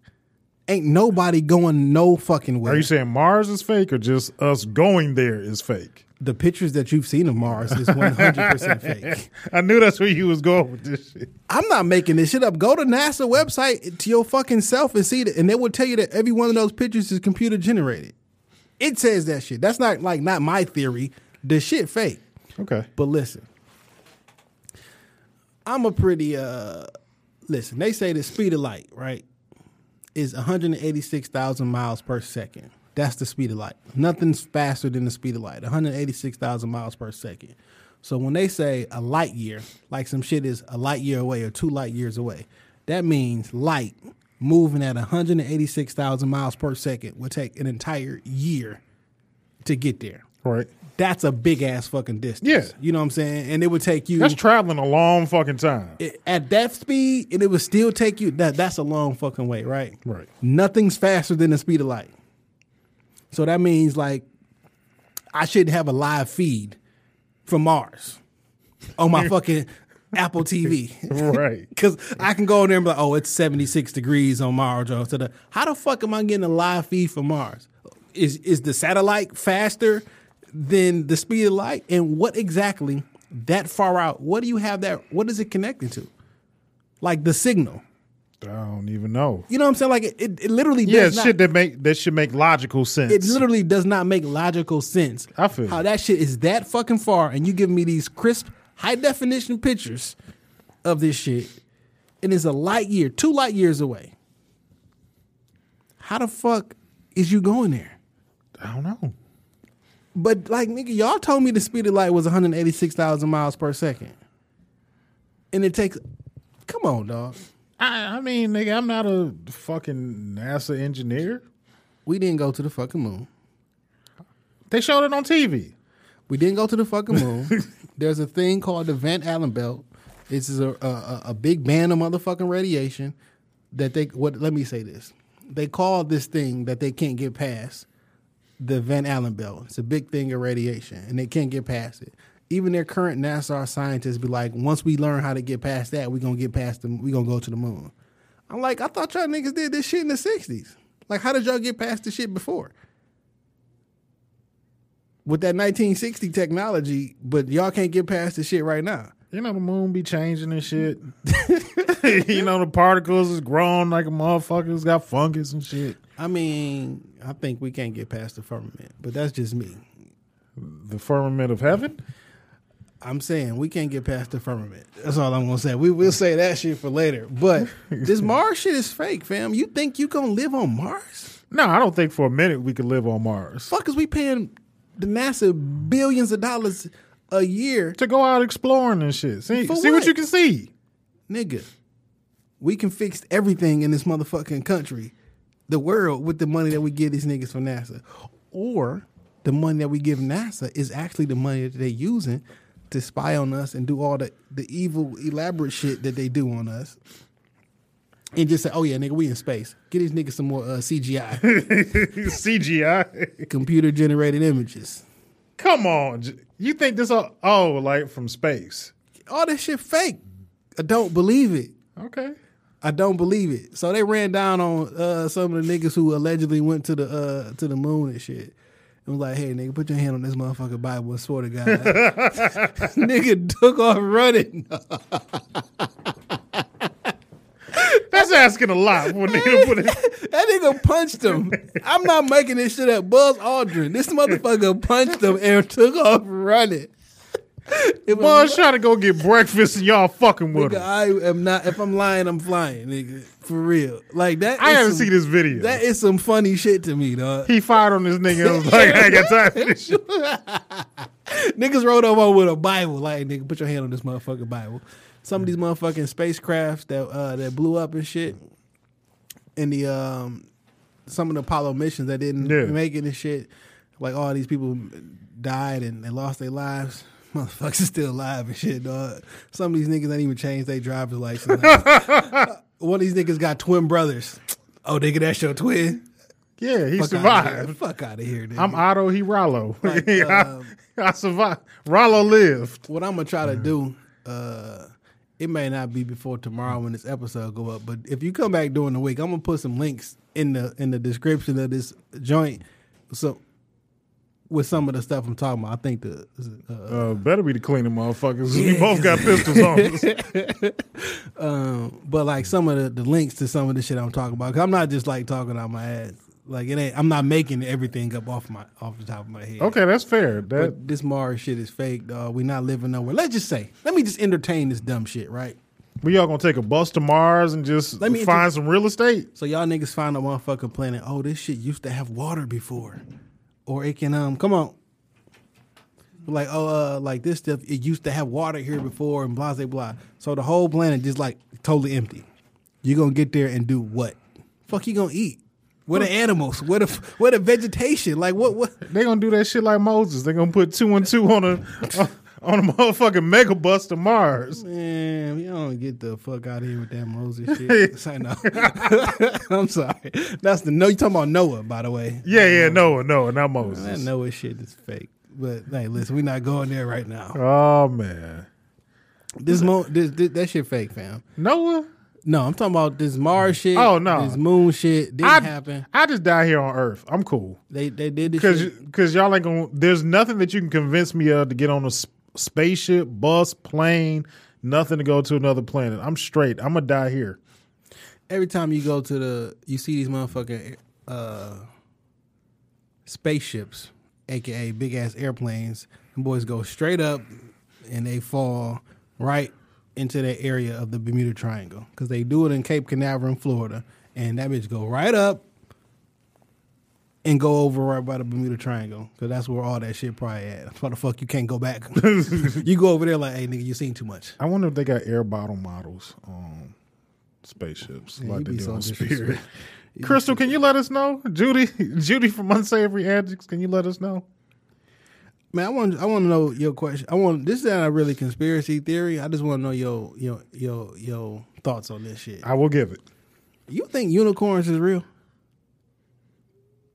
Ain't nobody going no fucking way.
Are you saying Mars is fake or just us going there is fake?
the pictures that you've seen of Mars is 100% fake.
I knew that's where you was going with this shit.
I'm not making this shit up. Go to NASA website to your fucking self and see that, and they will tell you that every one of those pictures is computer generated. It says that shit. That's not like not my theory. The shit fake.
Okay.
But listen, I'm a pretty uh listen. They say the speed of light, right, is 186,000 miles per second. That's the speed of light. Nothing's faster than the speed of light. 186,000 miles per second. So when they say a light year, like some shit is a light year away or two light years away, that means light moving at 186,000 miles per second will take an entire year to get there
Right.
that's a big ass fucking distance.
Yeah.
You know what I'm saying? And it would take you
That's traveling a long fucking time.
it- at that speed and it would still take you that that's a long fucking way, right?
Right.
Nothing's faster than the speed of light. So that means like I should have a live feed from Mars on my fucking Apple TV.
right.
Cause I can go in there and be like, oh, it's 76 degrees on Mars. Or to the, how the fuck am I getting a live feed from Mars? Is is the satellite faster than the speed of light? And what exactly that far out? What do you have that? What is it connected to? Like the signal.
I don't even know.
You know what I'm saying? Like it, it, it literally
Yeah,
does not,
shit that make that should make logical sense.
it literally does not make logical sense.
I feel
how
you.
that shit is that fucking far, and you give me these crisp, high definition pictures of this shit, and it's a light year, two light years away. How the fuck is you going there?
I don't know.
But like, nigga, y'all told me the speed of light was 186,000 miles per second, and it takes. Come on, dog.
I, I mean, nigga, I'm not a fucking NASA engineer.
We didn't go to the fucking moon.
They showed it on TV.
We didn't go to the fucking moon. There's a thing called the Van Allen belt. This is a, a- a a big band of motherfucking radiation that they what let me say this. They call this thing that they can't get past the Van Allen belt. It's a big thing of radiation and they can't get past it. Even their current NASA scientists be like, once we learn how to get past that, we're gonna get past them, we're gonna go to the moon. I'm like, I thought y'all niggas did this shit in the sixties. Like, how did y'all get past this shit before? with that 1960 technology, but y'all can't get past the shit right now.
You know the moon be changing and shit. you know the particles is growing like a motherfucker. It's got fungus and shit.
I mean, I think we can't get past the firmament, but that's just me.
The firmament of heaven.
I'm saying we can't get past the firmament. That's all I'm gonna say. We will say that shit for later. But this Mars shit is fake, fam. You think you gonna live on Mars?
No, I don't think for a minute we could live on Mars.
Fuck, is we paying the NASA billions of dollars a year,
To go out exploring and shit. See,
For
see what?
what?
you can see.
nigga? We can fix everything in this motherfucking country, the world, with the money that we give these niggas from NASA, or the money that we give NASA is actually the money that they're using to spy on us and do all the, the evil, elaborate shit that they do on us. And just say, oh yeah, nigga, we in space. Get these niggas some more uh, CGI,
CGI.
computer generated images.
Come on, J- you think this? All, oh, like from space.
All this shit fake. I don't believe it.
Okay.
I don't believe it. So they ran down on uh, some of the niggas who allegedly went to the uh, to the moon and shit. And was like, hey nigga, put your hand on this motherfucking Bible and swear to God. nigga took off running.
That's asking a lot. for a nigga to put it-
That nigga punched him. I'm not making this shit up. Buzz Aldrin. This motherfucker punched him and took off running. It
Well,
was-
trying to go get breakfast and y'all fucking with
nigga,
him.
I am not if I'm lying, I'm flying, nigga. For real. Like that
I
is
haven't
some-
seen this video.
That is some funny shit to me, dog.
he fired on this nigga and was like, I ain't got time for this shit.
Niggas rode over with a Bible. Like, nigga, put your hand on this motherfucking Bible. Some of these motherfucking spacecrafts that uh, that blew up and shit, and the um, some of the Apollo missions that didn't
Yeah.
make it and shit, like all these people died and they lost their lives. Motherfuckers is still alive and shit, dog. Some of these niggas ain't even changed their driver's license. One of these niggas got twin brothers. Oh, nigga, that's your twin.
Yeah, he
Fuck outta here.
survived.
Fuck out of here, nigga.
I'm Otto, he Rollo.
Like, uh,
I, I survived. Rollo lived.
what I'm gonna try to do, uh, it may not be before tomorrow when this episode go up, but if you come back during the week, I'm gonna put some links in the in the description of this joint. So with some of the stuff I'm talking about, I think the uh,
Uh, better be the cleaning motherfuckers. we both got pistols on us.
um, but like some of the, the links to some of the shit I'm talking about, i I'm not just like talking out my ass. Like it ain't, I'm not making everything up off my off the top of my head.
Okay, that's fair. That
But this Mars shit is fake, dog. We not living nowhere. Let's just say, let me just entertain this dumb shit, right?
we all gonna take a bus to Mars and just
Let me
find
inter-
some real estate.
So y'all niggas find a motherfucking planet. Oh, this shit used to have water before, or it can um come on. Like oh uh like this stuff it used to have water here before and blah blah blah. So the whole planet just like totally empty. You gonna get there and do what? Fuck you gonna eat? Where the animals? Where the where the vegetation? Like what what?
They gonna do that shit like Moses. They gonna put two and two on a on a motherfucking mega bus to Mars.
Man, you don't get the fuck out of here with that Moses shit. Say no. I'm sorry. That's the no. You talking about Noah by the way?
Yeah, yeah, no, no, not
That
Moses.
Noah shit is fake. But hey, listen, we're not going there right now.
Oh man,
This mo this, this that shit fake, fam.
Noah.
No, I'm talking about this Mars shit.
Oh, no.
this Moon shit didn't
I,
happen.
I just die here on Earth. I'm cool.
They they did this
Cause,
shit.
cause y'all ain't gonna. There's nothing that you can convince me of to get on a s- spaceship, bus, plane, nothing to go to another planet. I'm straight. I'm gonna die here.
Every time you go to the, you see these motherfucking uh, spaceships, aka big ass airplanes. Them boys go straight up, and they fall right into that area of the Bermuda Triangle because they do it in Cape Canaveral in Florida, and that bitch go right up and go over right by the Bermuda Triangle because that's where all that shit probably at. That's why the fuck you can't go back. you go over there like, hey nigga, you seen too much.
I wonder if they got air bottle models on spaceships
Yeah, you
like they
be
do
so
on Spirit.
disrespectful.
Crystal, can you let us know? Judy, Judy from Unsavory Antics, can you let us know?
Man, I want I want to know your question. I want this is not a really conspiracy theory. I just want to know your your your your thoughts on this shit.
I will give it.
You think unicorns is real?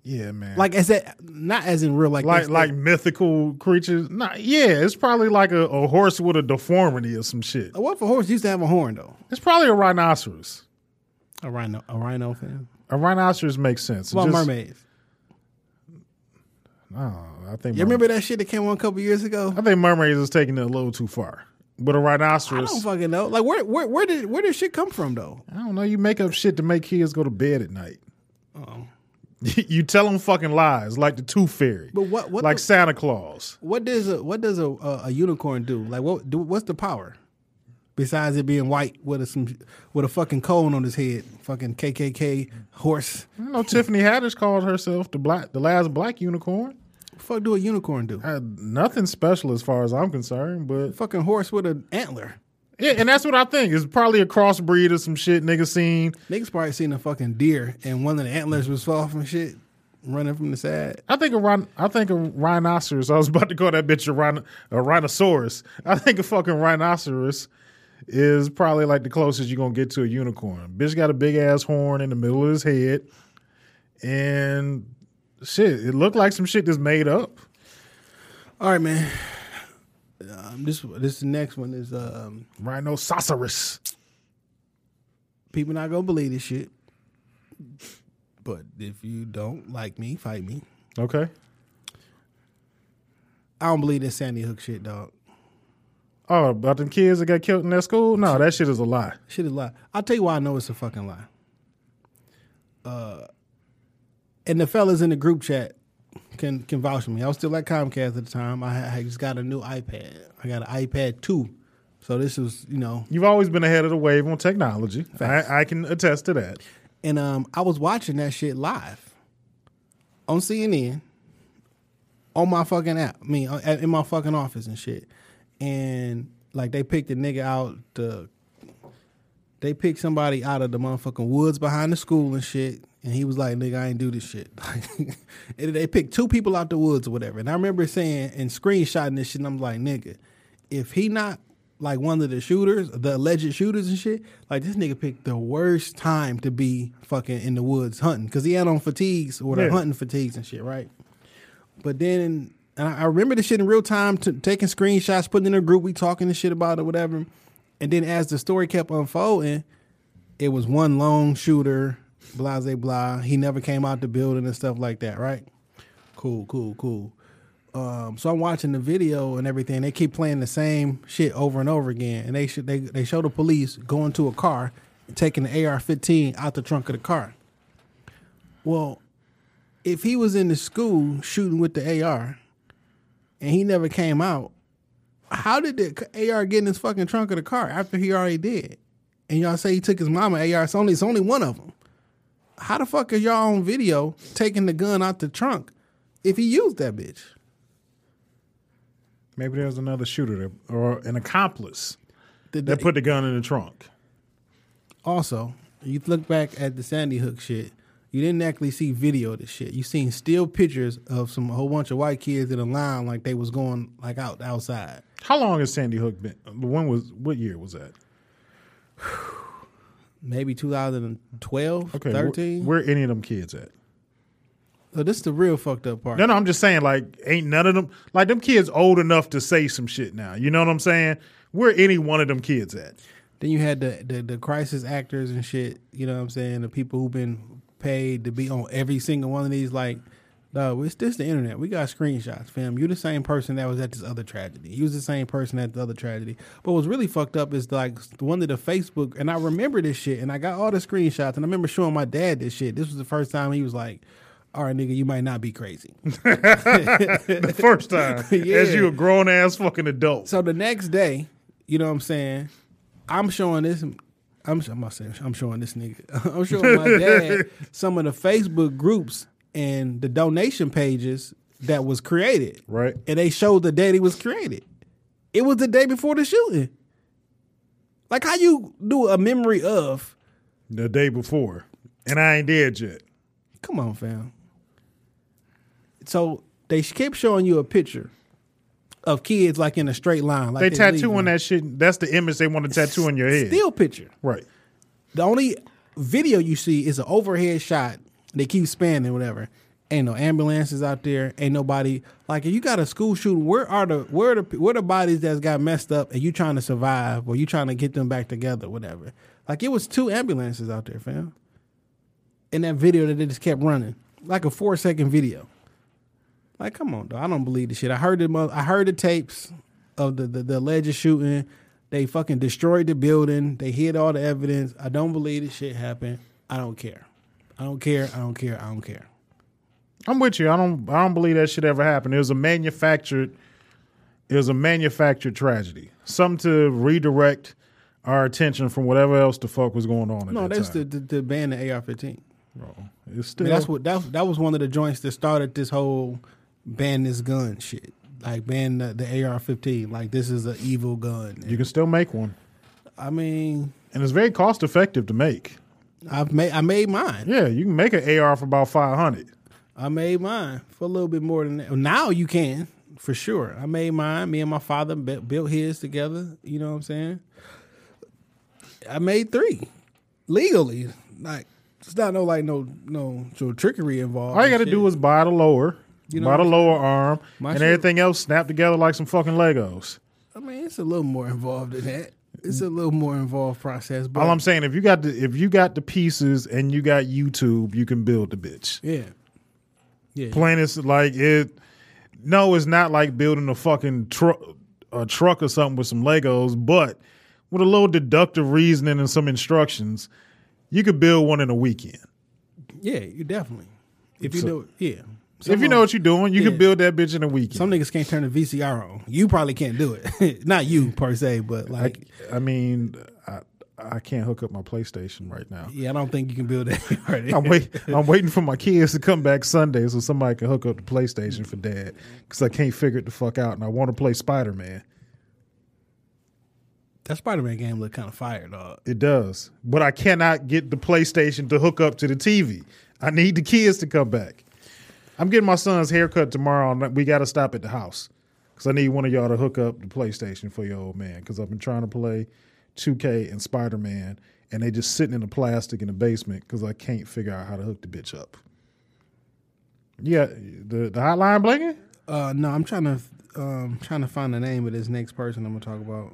Yeah, man.
Like as that not as in real like
like
that's-
like mythical creatures. Nah, yeah, it's probably like a, a horse with a deformity or some shit.
what if a horse used to have a horn though?
It's probably a rhinoceros.
A rhino a rhino fan.
A rhinoceros makes sense. It
What about
just-
mermaids?
Nah, I think
You remember that shit that came on a couple years ago?
I think mermaids is taking it a little too far. But a
I
rhinoceros,
don't fucking know. Like where where where did where did shit come from though?
I don't know. You make up shit to make kids go to bed at night. you tell them fucking lies, like the Tooth Fairy,
But what- what
like
the-
Santa Claus.
What does a what does a, a, a unicorn do? Like what do, what's the power? Besides it being white with a some with a fucking cone on his head, fucking KKK horse.
You know, Tiffany Haddish called herself the black, the last black unicorn.
fuck do a unicorn do?
Uh, nothing special as far as I'm concerned, but
fucking horse with an antler.
yeah, and that's what I think. It's probably a crossbreed or some shit nigga seen.
Niggas probably seen a fucking deer and one of the antlers was off and shit, running from the side.
I think a rhin- I think a rhinoceros. I was about to call that bitch a, rhino- a rhinoceros. I think a fucking rhinoceros is probably like the closest you're gonna get to a unicorn. Bitch got a big ass horn in the middle of his head, and shit, it looked like some shit that's made up.
All right, man. Um, this this next one is um,
Rhinoceros.
people not gonna believe this shit. But if you don't like me, fight me.
Okay.
I don't believe this Sandy Hook shit, dog.
Oh, about them kids that got killed in that school? No, that shit is a lie.
Shit is a lie. I'll tell you why I know it's a fucking lie. Uh, and the fellas in the group chat can can vouch for me. I was still at Comcast at the time. I, had- I just got a new iPad. I got an iPad two, so this was you know.
You've always been ahead of the wave on technology. I, I can attest to that.
And um, I was watching that shit live on CNN on my fucking app. I mean, uh, in my fucking office and shit. And like they picked a nigga out the they picked somebody out of the motherfucking woods behind the school and shit. And he was like, nigga, I ain't do this shit. and they picked two people out the woods or whatever. And I remember saying and screenshotting this shit, and I'm like, nigga, if he not like one of the shooters, the alleged shooters and shit, like this nigga picked the worst time to be fucking in the woods hunting. Cause he had on fatigues or the
Yeah.
hunting fatigues and shit, right? But then, and I I remember this shit in real time, t- taking screenshots, putting it in a group, we talking this shit about it, whatever. And then as the story kept unfolding, it was one lone shooter, blah, blah, blah. He never came out the building and stuff like that, right? Cool, cool, cool. Um, so I'm watching the video and everything. They keep playing the same shit over and over again. And they, sh- they, they show the police going to a car, taking the AR 15 out the trunk of the car. Well, if he was in the school shooting with the AR and he never came out, how did the AR get in his fucking trunk of the car after he already did? And y'all say he took his mama AR. It's only it's only one of them. How the fuck is y'all on video taking the gun out the trunk if he used that bitch?
Maybe there's another shooter there, or an accomplice.
Did
They
the-
put the gun in the trunk.
also, you look back at the Sandy Hook shit. You didn't actually see video of this shit. You seen still pictures of some whole bunch of white kids in a line like they was going like out outside.
How long has Sandy Hook been? When was what year was that?
maybe 2012,
Okay, where-
13.
Where, any of them kids at?
so this is the real fucked up part.
No, no, I'm just saying, like, ain't none of them like them kids old enough to say some shit now. You know what I'm saying? Where any one of them kids at?
Then you had the, the the crisis actors and shit. You know what I'm saying? The people who've been paid to be on every single one of these. Like, no, it's just the internet. We got screenshots, fam. You the same person that was at this other tragedy. You was the same person at the other tragedy. But what's really fucked up is like one of the Facebook. And I remember this shit, and I got all the screenshots, and I remember showing my dad this shit. This was the first time he was like. All right, nigga, you might not be crazy.
the first time
Yeah.
as you a grown ass fucking adult.
So the next day, you know what I'm saying? I'm showing this. I'm, I'm not saying I'm showing this nigga. I'm showing my dad some of the Facebook groups and the donation pages that was created.
Right.
And they showed the day it was created. It was the day before the shooting. Like how you do a memory of?
the day before, and I ain't dead yet.
Come on, fam. So they kept showing you a picture of kids like in a straight line. Like
They
leaving.
tattoo on that shit. That's the image they want to tattoo on your head.
Still picture.
right.
The only video you see is an overhead shot. They keep spanning, whatever. Ain't no ambulances out there. Ain't nobody like if you got a school shooting. Where are the where are the where the bodies that's got messed up and you trying to survive or you trying to get them back together, whatever. Like it was two ambulances out there, fam. In that video that they just kept running, like a four second video. Like, come on, though. I don't believe this shit. I heard the mo- I heard the tapes of the, the the alleged shooting. They fucking destroyed the building. They hid all the evidence. I don't believe this shit happened. I don't care. I don't care. I don't care. I don't care.
I'm with you. I don't. I don't believe that shit ever happened. It was a manufactured. It was a manufactured tragedy. Something to redirect our attention from whatever else the fuck was going on. At
No,
that
that's the,
time.
the the ban the AR-15.
the. It's
I
still.
mean, that's what that that was one of the joints that started this whole ban this gun shit. Like ban the, the AR-15. Like this is an evil gun.
you can still make one,
I mean,
and it's very cost effective to make.
I've made I made mine.
Yeah, you can make an AR for about five hundred.
I made mine for a little bit more than that. Now you can, for sure. I made mine. Me and my father bu- built his together. You know what I'm saying? I made three legally. Like it's not no like no no, no trickery involved.
All you got to do is buy the lower,
know
buy the
what I'm
lower arm,
My
and
shit-
everything else snap together like some fucking Legos.
I mean, it's a little more involved than that. It's a little more involved process. But
All I'm saying, if you got the if you got the pieces and you got YouTube, you can build the bitch.
yeah, yeah.
Plain is like it. No, it's not like building a fucking truck, a truck or something with some Legos, but with a little deductive reasoning and some instructions, you could build one in a weekend.
yeah, you definitely. If you
So-
know, yeah.
if you know what you're doing, you
yeah.
can build that bitch in a weekend.
some niggas can't turn the VCR on. You probably can't do it. not you per se, but
I,
like
I mean, I, I can't hook up my PlayStation right now.
Yeah, I don't think you can build that. Already.
I'm wait. I'm waiting for my kids to come back Sunday so somebody can hook up the PlayStation for Dad because I can't figure it the fuck out and I want to play Spider Man.
That Spider Man game looked kind of fire, dog.
It does, but I cannot get the PlayStation to hook up to the TV. I need the kids to come back. I'm getting my son's haircut tomorrow, and we got to stop at the house because I need one of y'all to hook up the PlayStation for your old man because I've been trying to play 2K and Spider Man, and they just sitting in the plastic in the basement because I can't figure out how to hook the bitch up. Yeah, the the hotline blinking.
Uh, no, I'm trying to um, trying to find the name of this next person I'm gonna talk about.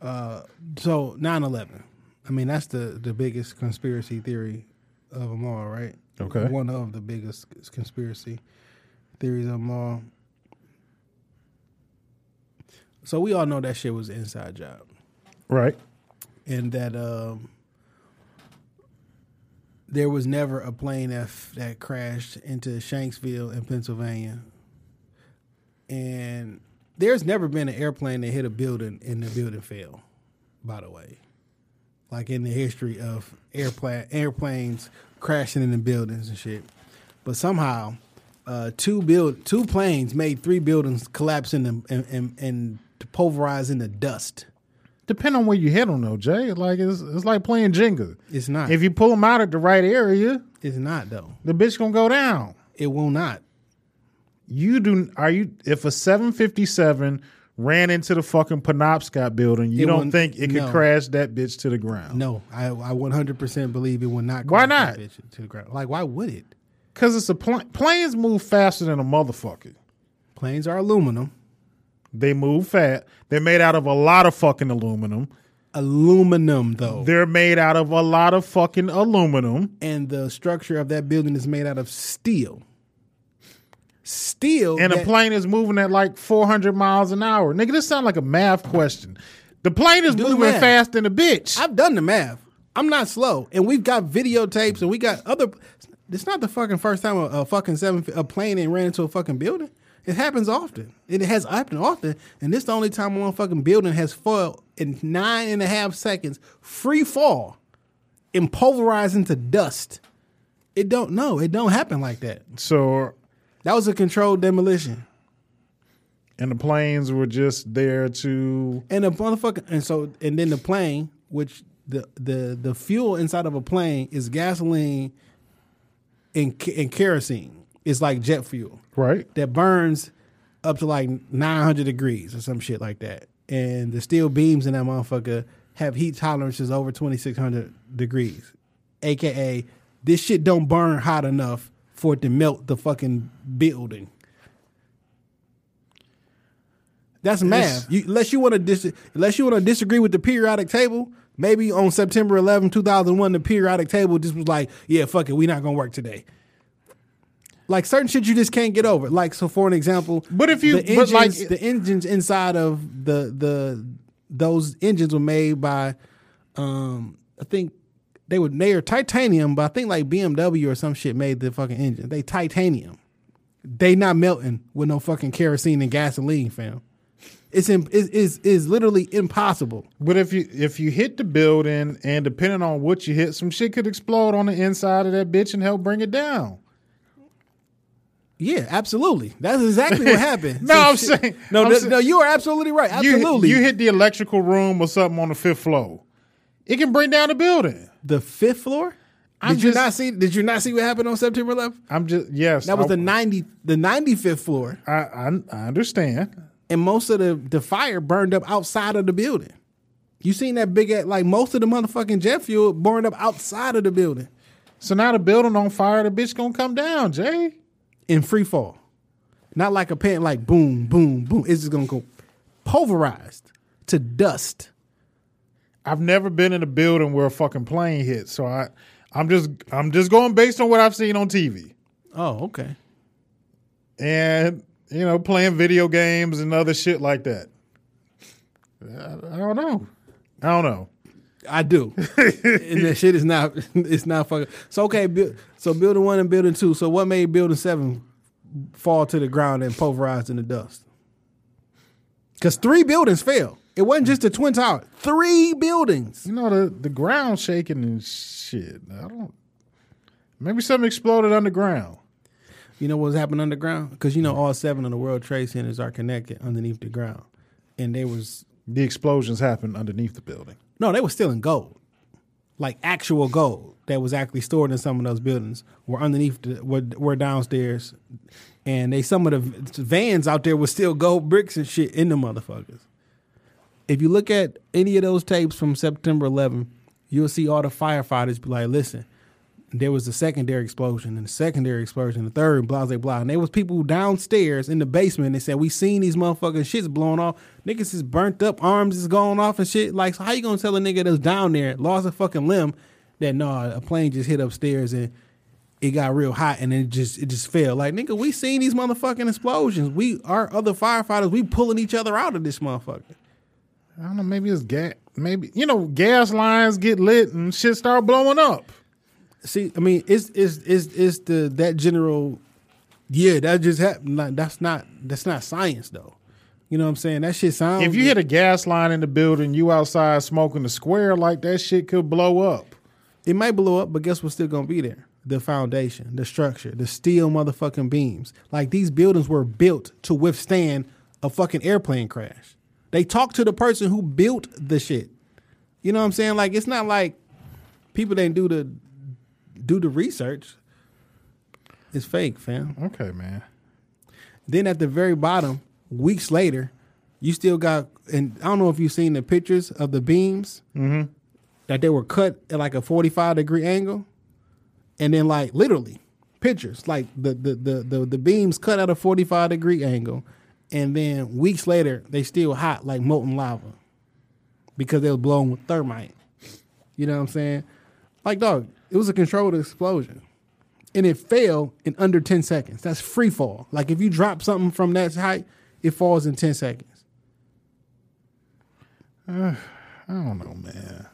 Uh, so 9/11. I mean, that's the the biggest conspiracy theory of them all, right?
Okay.
One of the biggest c- conspiracy theories of them all. So we all know that shit was an inside job.
Right.
and that um, there was never a plane that f- that crashed into Shanksville in Pennsylvania, and there's never been an airplane that hit a building and the building fell. By the way, like in the history of airplane airplanes crashing into buildings and shit, but somehow. Uh, two build two planes made three buildings collapse in the, and, and, and pulverize into dust.
Depend on where you hit them though, Jay. Like it's it's like playing Jenga.
It's not.
If you pull them out at the right area,
It's not though.
the bitch gonna go down.
It will not.
You do are you if a 757 ran into the fucking Penobscot building, you
It
don't
won't-
think it could
no.
crash that bitch to the ground?
No, I I 100% believe it will not.
Why
crash
not?
that bitch To the ground. Like why would it?
because it's a plane. Planes move faster than a motherfucker.
Planes are aluminum.
They move fat. They're made out of a lot of fucking aluminum.
Aluminum though,
They're made out of a lot of fucking aluminum.
and the structure of that building is made out of steel. Steel
And a
that-
plane is moving at like 400 miles an hour. Nigga, this sounds like a math question. The plane is
Do the
moving
math.
fast than a bitch.
I've done the math. I'm not slow, and we've got videotapes, and we got other. It's not the fucking first time a, a fucking seven a plane and ran into a fucking building. It happens often. It has happened often, and this the only time one fucking building has fell in nine and a half seconds, free fall, and pulverized into dust. It don't no, it don't happen like that.
so,
That was a controlled demolition,
and the planes were just there to.
and a motherfucker, and so and then the plane, which the the the fuel inside of a plane is gasoline and, ke- and kerosene is like jet fuel
Right?
that burns up to like 900 degrees or some shit like that. And the steel beams in that motherfucker have heat tolerances over 2600 degrees, aka this shit don't burn hot enough for it to melt the fucking building. That's math. You, unless you want to dis- unless you want to disagree with the periodic table, maybe on September 11, 2001, the periodic table just was like, yeah, fuck it, we not gonna work today. Like certain shit you just can't get over. Like so, for an example,
But if you-
the engines,
but, like-
the engines inside of the the those engines were made by, um, I think they were they are titanium, but I think like BMW or some shit made the fucking engine. They titanium. They not melting with no fucking kerosene and gasoline, fam. It's in, is is is literally impossible.
But if you if you hit the building and depending on what you hit, some shit could explode on the inside of that bitch and help bring it down.
Yeah, absolutely. That's exactly what happened.
No,
Some
I'm
shit-
saying-
no,
I'm
no,
saying-
no. You are absolutely right.
You-
Absolutely,
You, hit the electrical room or something on the fifth floor. It can bring down the building.
the fifth floor.
I'm
did you
just-
not see? Did you not see what happened on September 11th?
I'm just yes.
That was the
I,
ninety, the ninety fifth floor,
I, I I understand.
and most of the the fire burned up outside of the building. You seen that big at like most of the motherfucking jet fuel burned up outside of the building
So now the building on fire, the bitch gonna come down, Jay.
in free fall, not like a pen, like boom, boom, boom. It's just gonna go pulverized to dust.
I've never been in a building where a fucking plane hit, so I I'm just I'm just going based on what I've seen on TV
Oh, okay.
and you know playing video games and other shit like that. I, I don't know. I don't know.
I do, and that shit is not. It's not fucking. So okay, bu- so building one and building two. So what made building seven fall to the ground and pulverized in the dust? Because three buildings fell. It wasn't just the twin tower. Three buildings.
You know the the ground shaking and shit. I don't. Maybe something exploded underground.
You know what's happened underground? Because you know all seven of the World Trade Centers are connected underneath the ground, and they was
The explosions happened underneath the building.
No, they were still in gold, like actual gold that was actually stored in some of those buildings. Were underneath, the, were, were downstairs, and they some of the vans out there were still gold bricks and shit in the motherfuckers. If you look at any of those tapes from September 11, you'll see all the firefighters be like, "Listen, there was a secondary explosion and a secondary explosion, and the third, and blah, blah, blah. And there was people downstairs in the basement that said, we seen these motherfucking shits blowing off. Niggas is burnt up, arms is going off and shit. Like, so how you gonna tell a nigga that's down there, lost a fucking limb, that no, a plane just hit upstairs and it got real hot and it just it just fell. Like, nigga, we seen these motherfucking explosions. We our other firefighters, we pulling each other out of this motherfucker.
I don't know. Maybe it's gas. Maybe you know gas lines get lit and shit start blowing up.
See, I mean, it's it's it's it's the that general. Yeah, that just happened. Like, that's not that's not science though. You know what I'm saying? That shit sounds.
If you hit a gas line in the building, you outside smoking the square like that shit could blow up.
it might blow up, but guess what's still gonna be there? The foundation, the structure, the steel motherfucking beams. Like these buildings were built to withstand a fucking airplane crash. They talked to the person who built the shit. You know what I'm saying? Like it's not like people didn't do the do the research. It's fake, fam.
Okay, man.
Then at the very bottom, weeks later, you still got, and I don't know if you've seen the pictures of the beams that they were cut at like a 45 degree angle. And then, like, literally, pictures like the, the, the, the, the beams cut at a 45 degree angle and then weeks later they still hot like molten lava because they was blown with thermite. You know what I'm saying? Like dog, it was a controlled explosion. And it fell in under 10 seconds. That's free fall. Like if you drop something from that height, it falls in 10 seconds.
I don't know, man.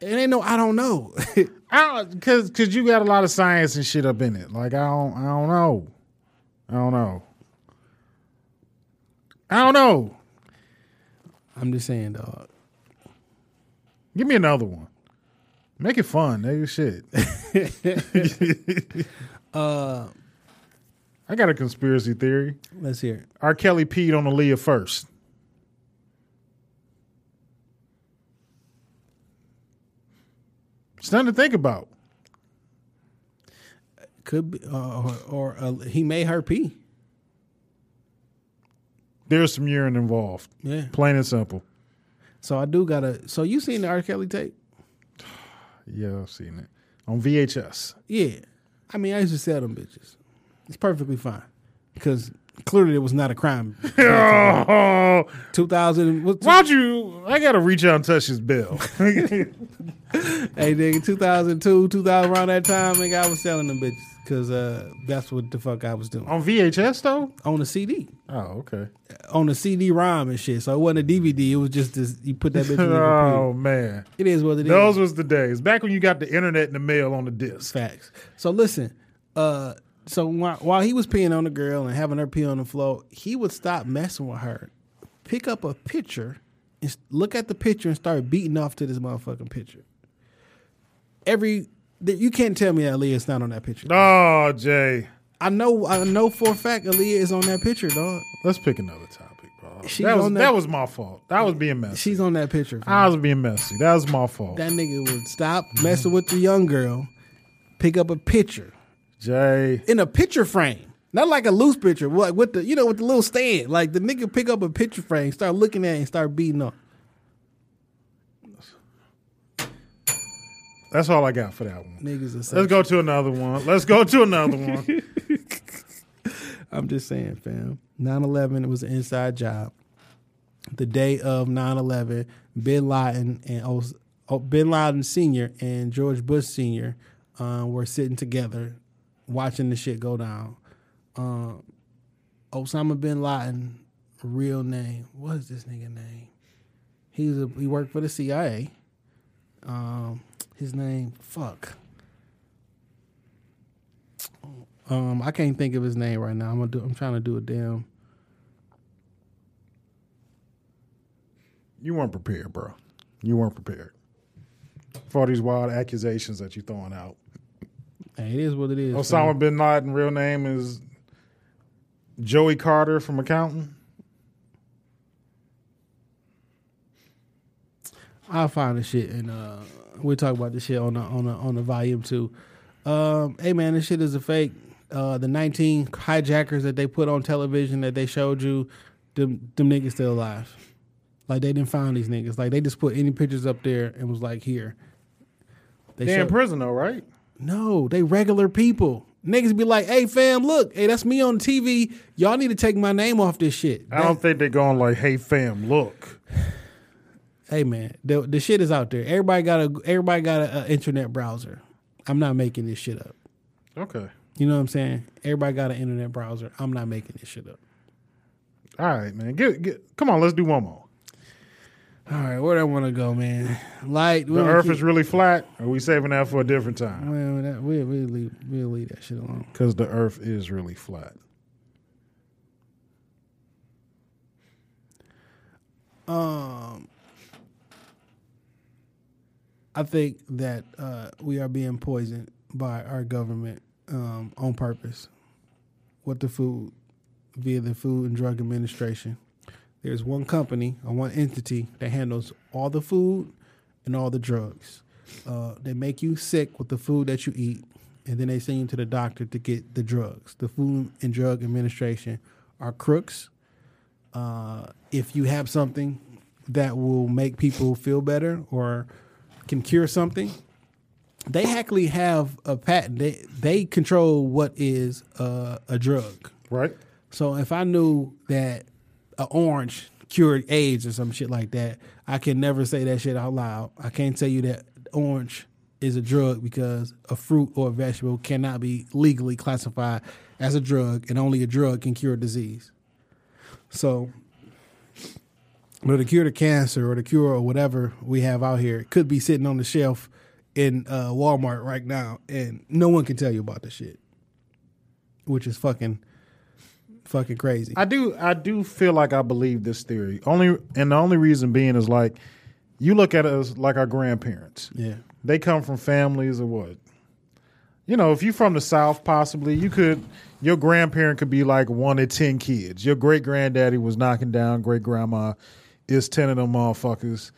It ain't no I don't know.
I don't cause cause you got a lot of science and shit up in it. Like I don't I don't know. I don't know. I don't know.
I'm just saying, dog.
Give me another one. Make it fun, nigga. Shit. Uh, I got a conspiracy theory.
Let's hear it.
R. Kelly peed on Aaliyah first. It's nothing to think about.
Could be, uh, or, or uh, he made her pee.
There's some urine involved.
Yeah.
Plain and simple.
So I do gotta. So you seen the R. Kelly tape?
Yeah, I've seen it. On VHS.
Yeah. I mean, I used to sell them bitches. It's perfectly fine because clearly it was not a crime.
Oh,
Two thousand. What?
why'd you? I gotta reach out and touch his bill.
Hey, nigga, two thousand two, two thousand around that time, nigga, I was selling them bitches because uh, that's what the fuck I was doing
on VHS though.
on a CD,
Oh, okay.
on a CD ROM and shit. So it wasn't a DVD. It was just this. You put that bitch. in the computer.
Oh man,
It is what it is.
those was the days back when you got the internet in the mail on the disc.
Facts. So listen, uh, so while, while he was peeing on the girl and having her pee on the floor, he would stop messing with her, pick up a picture, and s- look at the picture and start beating off to this motherfucking picture. Every that you can't tell me that Leah's not on that picture.
Oh, Jay,
I know, I know for a fact Aaliyah is on that picture, dog.
let's pick another topic, bro.
She's
That was
on
that,
that-
was my fault. That was being messy.
She's on that picture. fam.
I was being messy. That was my fault,
that nigga would stop messing with the young girl, pick up a picture,
Jay.
in a picture frame. Not like a loose picture, like with the you know with the little stand. Like the nigga pick up a picture frame, start looking at it, and start beating up.
That's all I got for that one.
Niggas are
Let's
such,
go to another one. Let's go to another one.
I'm just saying, fam. 9/11 was an inside job. The day of 9/11, Bin Laden and Os- oh, Bin Laden Senior and George Bush Senior uh, were sitting together, watching the shit go down. Um, Osama bin Laden, real name. What is this nigga name? He's a he worked for the CIA. Um, his name fuck. Um, I can't think of his name right now. I'm gonna do. I'm trying to do a damn.
You weren't prepared, bro. You weren't prepared for all these wild accusations that you throwing out.
Hey, it is what it is.
Osama bin Laden real name is Joey Carter from accounting.
I'll find the shit and uh we'll talk about this shit on the on the on the volume two. Um hey man, this shit is a fake. Uh the nineteen hijackers that they put on television that they showed you, them them niggas still alive. Like they didn't find these niggas. Like they just put any pictures up there and was like here. They
They in
showed-
prison though, right?
No, they regular people. Niggas be like, hey fam, look, hey, that's me on TV. Y'all need to take my name off this shit.
I don't think they're going like, hey fam, look.
hey man, the the shit is out there. Everybody got a everybody got a, a internet browser. I'm not making this shit up.
Okay.
You know what I'm saying? Everybody got an internet browser. I'm not making this shit up.
All right, man. Get, get come on, let's do one more.
All right, where do I want to go, man? Light.
The earth is really flat. Or are we saving that for a different time?
Well, that, we we leave we leave that shit alone.
Because the earth is really flat.
Um, I think that uh, we are being poisoned by our government um, on purpose with the food via the Food and Drug Administration. There's one company or one entity that handles all the food and all the drugs. Uh, they make you sick with the food that you eat, and then they send you to the doctor to get the drugs. The Food and Drug Administration are crooks uh, if you have something that will make people feel better or can cure something, they actually have a patent. They they control what is uh, a drug.
Right?
So if I knew that an orange cured AIDS or some shit like that. I can never say that shit out loud. I can't tell you that orange is a drug because a fruit or a vegetable cannot be legally classified as a drug, and only a drug can cure a disease. So, or the cure to cancer or the cure or whatever we have out here could be sitting on the shelf in uh, Walmart right now, and no one can tell you about this shit, which is fucking fucking crazy.
I do I do feel like I believe this theory. Only and the only reason being is like you look at us like our grandparents.
yeah,
They come from families of what? You know, if you're from the South, possibly you could your grandparent could be like one of ten kids. Your great granddaddy was knocking down great grandma is ten of them motherfuckers.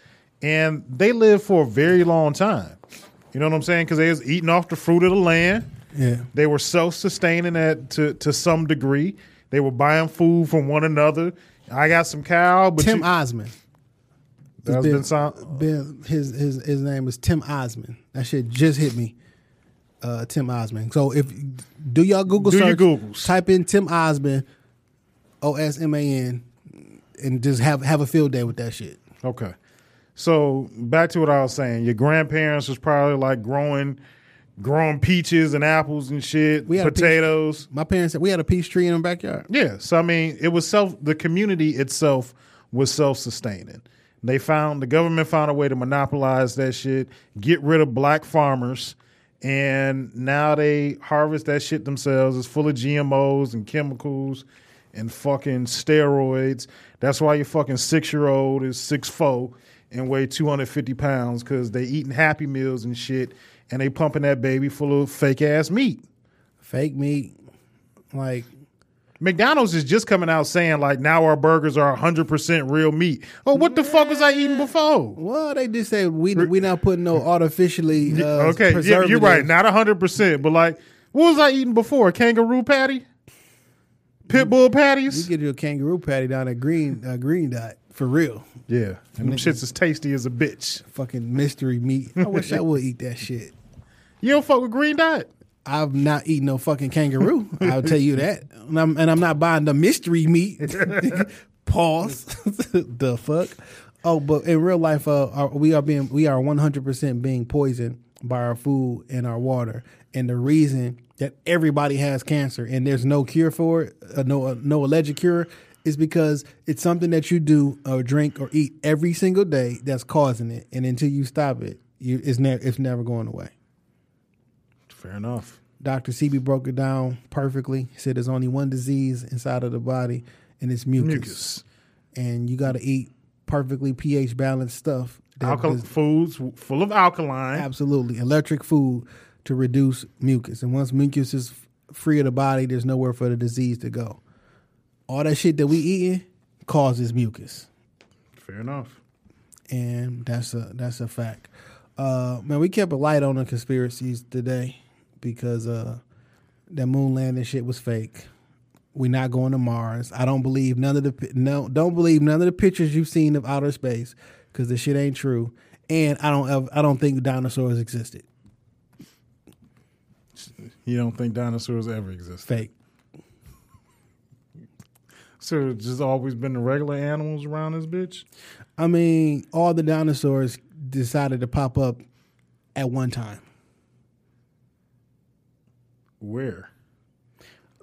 And they lived for a very long time. You know what I'm saying? Because they was eating off the fruit of the land.
yeah,
They were self-sustaining at to to some degree. They were buying food from one another. I got some cow, but
Tim
you,
Osman.
that's
Bill-
been some.
Bill- his his his name was Tim Osman. That shit just hit me. Uh, Tim Osman. So if do y'all Google
Do your
search,
Googles.
type in Tim Osman, O S M A N, and just have have a field day with that shit.
Okay, so back to what I was saying. Your grandparents was probably like growing, growing peaches and apples and shit,
We had a peach-
potatoes.
My parents said we had a peach tree in the backyard.
Yeah, so I mean, it was self. The community itself was self-sustaining. They found the government found a way to monopolize that shit, get rid of black farmers, and now they harvest that shit themselves. It's full of GMOs and chemicals and fucking steroids. That's why your fucking six-year-old is six four and weigh two hundred fifty pounds because they eating Happy Meals and shit, and they pumping that baby full of fake ass meat.
Fake meat, like
McDonald's is just coming out saying like now our burgers are 100% real meat. Oh, what the fuck was I eating before?
well they just say we we not putting no artificially uh,
okay, yeah, you're
preservatives.
right. Not 100%, but like what was I eating before? Kangaroo patty? Pit bull
We
patties?
get you a kangaroo patty down at Green uh, Green Dot for real.
Yeah. And them shits as tasty as a bitch.
Fucking mystery meat. I wish I would eat that shit.
You don't fuck with green dot?
I've not eaten no fucking kangaroo. I'll tell you that. And I'm and I'm not buying the mystery meat. Pause. the fuck. Oh, but in real life, uh, are, we are being we are 100 percent being poisoned by our food and our water. And the reason that everybody has cancer and there's no cure for it, uh, no uh, no alleged cure, is because it's something that you do or drink or eat every single day that's causing it. And until you stop it, you, it's never it's never going away.
Fair enough.
Dr. CB broke it down perfectly. He said there's only one disease inside of the body, and it's mucus.
Mucus.
And you got to eat perfectly pH balanced stuff. that
Alkal-
is-
foods w- full of alkaline.
absolutely. Electric food to reduce mucus. And once mucus is f- free of the body, there's nowhere for the disease to go. All that shit that we eating causes mucus.
Fair enough.
and that's a that's a fact. Uh, man, we kept a light on the conspiracies today because uh, that moon landing shit was fake. We're not going to Mars. I don't believe none of the pi- no. Don't believe none of the pictures you've seen of outer space because the shit ain't true. And I don't ev- I don't think dinosaurs existed.
You don't think dinosaurs ever existed.
Fake.
So it's just always been the regular animals around this bitch?
I mean, all the dinosaurs decided to pop up at one time.
Where?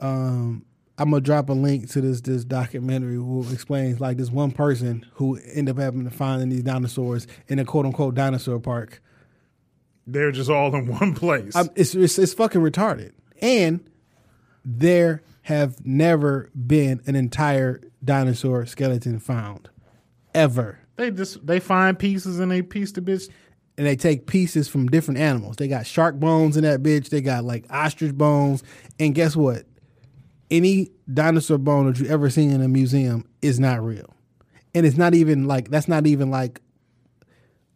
um, I'm gonna drop a link to this this documentary who explains like this one person who ended up having to finding these dinosaurs in a quote unquote dinosaur park.
They're just all in one place.
Um, it's, it's it's fucking retarded. And there have never been an entire dinosaur skeleton found, ever.
They just they find pieces and they piece the bitch.
and they take pieces from different animals. They got shark bones in that bitch. They got like ostrich bones. And guess what? Any dinosaur bone that you ever seen in a museum is not real. And it's not even like that's not even like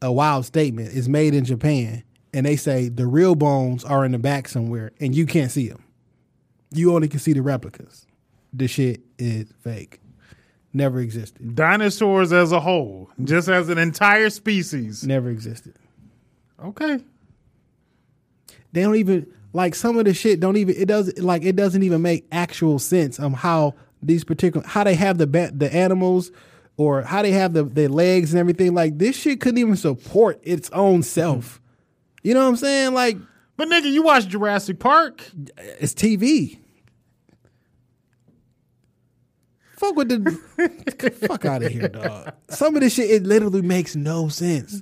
a wild statement. It's made in Japan. And they say the real bones are in the back somewhere and you can't see them. You only can see the replicas. The shit is fake. Never existed.
Dinosaurs as a whole, just as an entire species.
Never existed.
Okay.
they don't even like some of the shit don't even it does like it doesn't even make actual sense on how these particular how they have the bat, the animals or how they have the their legs and everything. Like this shit couldn't even support its own self. You know what I'm saying? Like
But nigga, you watch Jurassic Park.
it's TV. Fuck with the fuck out of here, dog. Some of this shit it literally makes no sense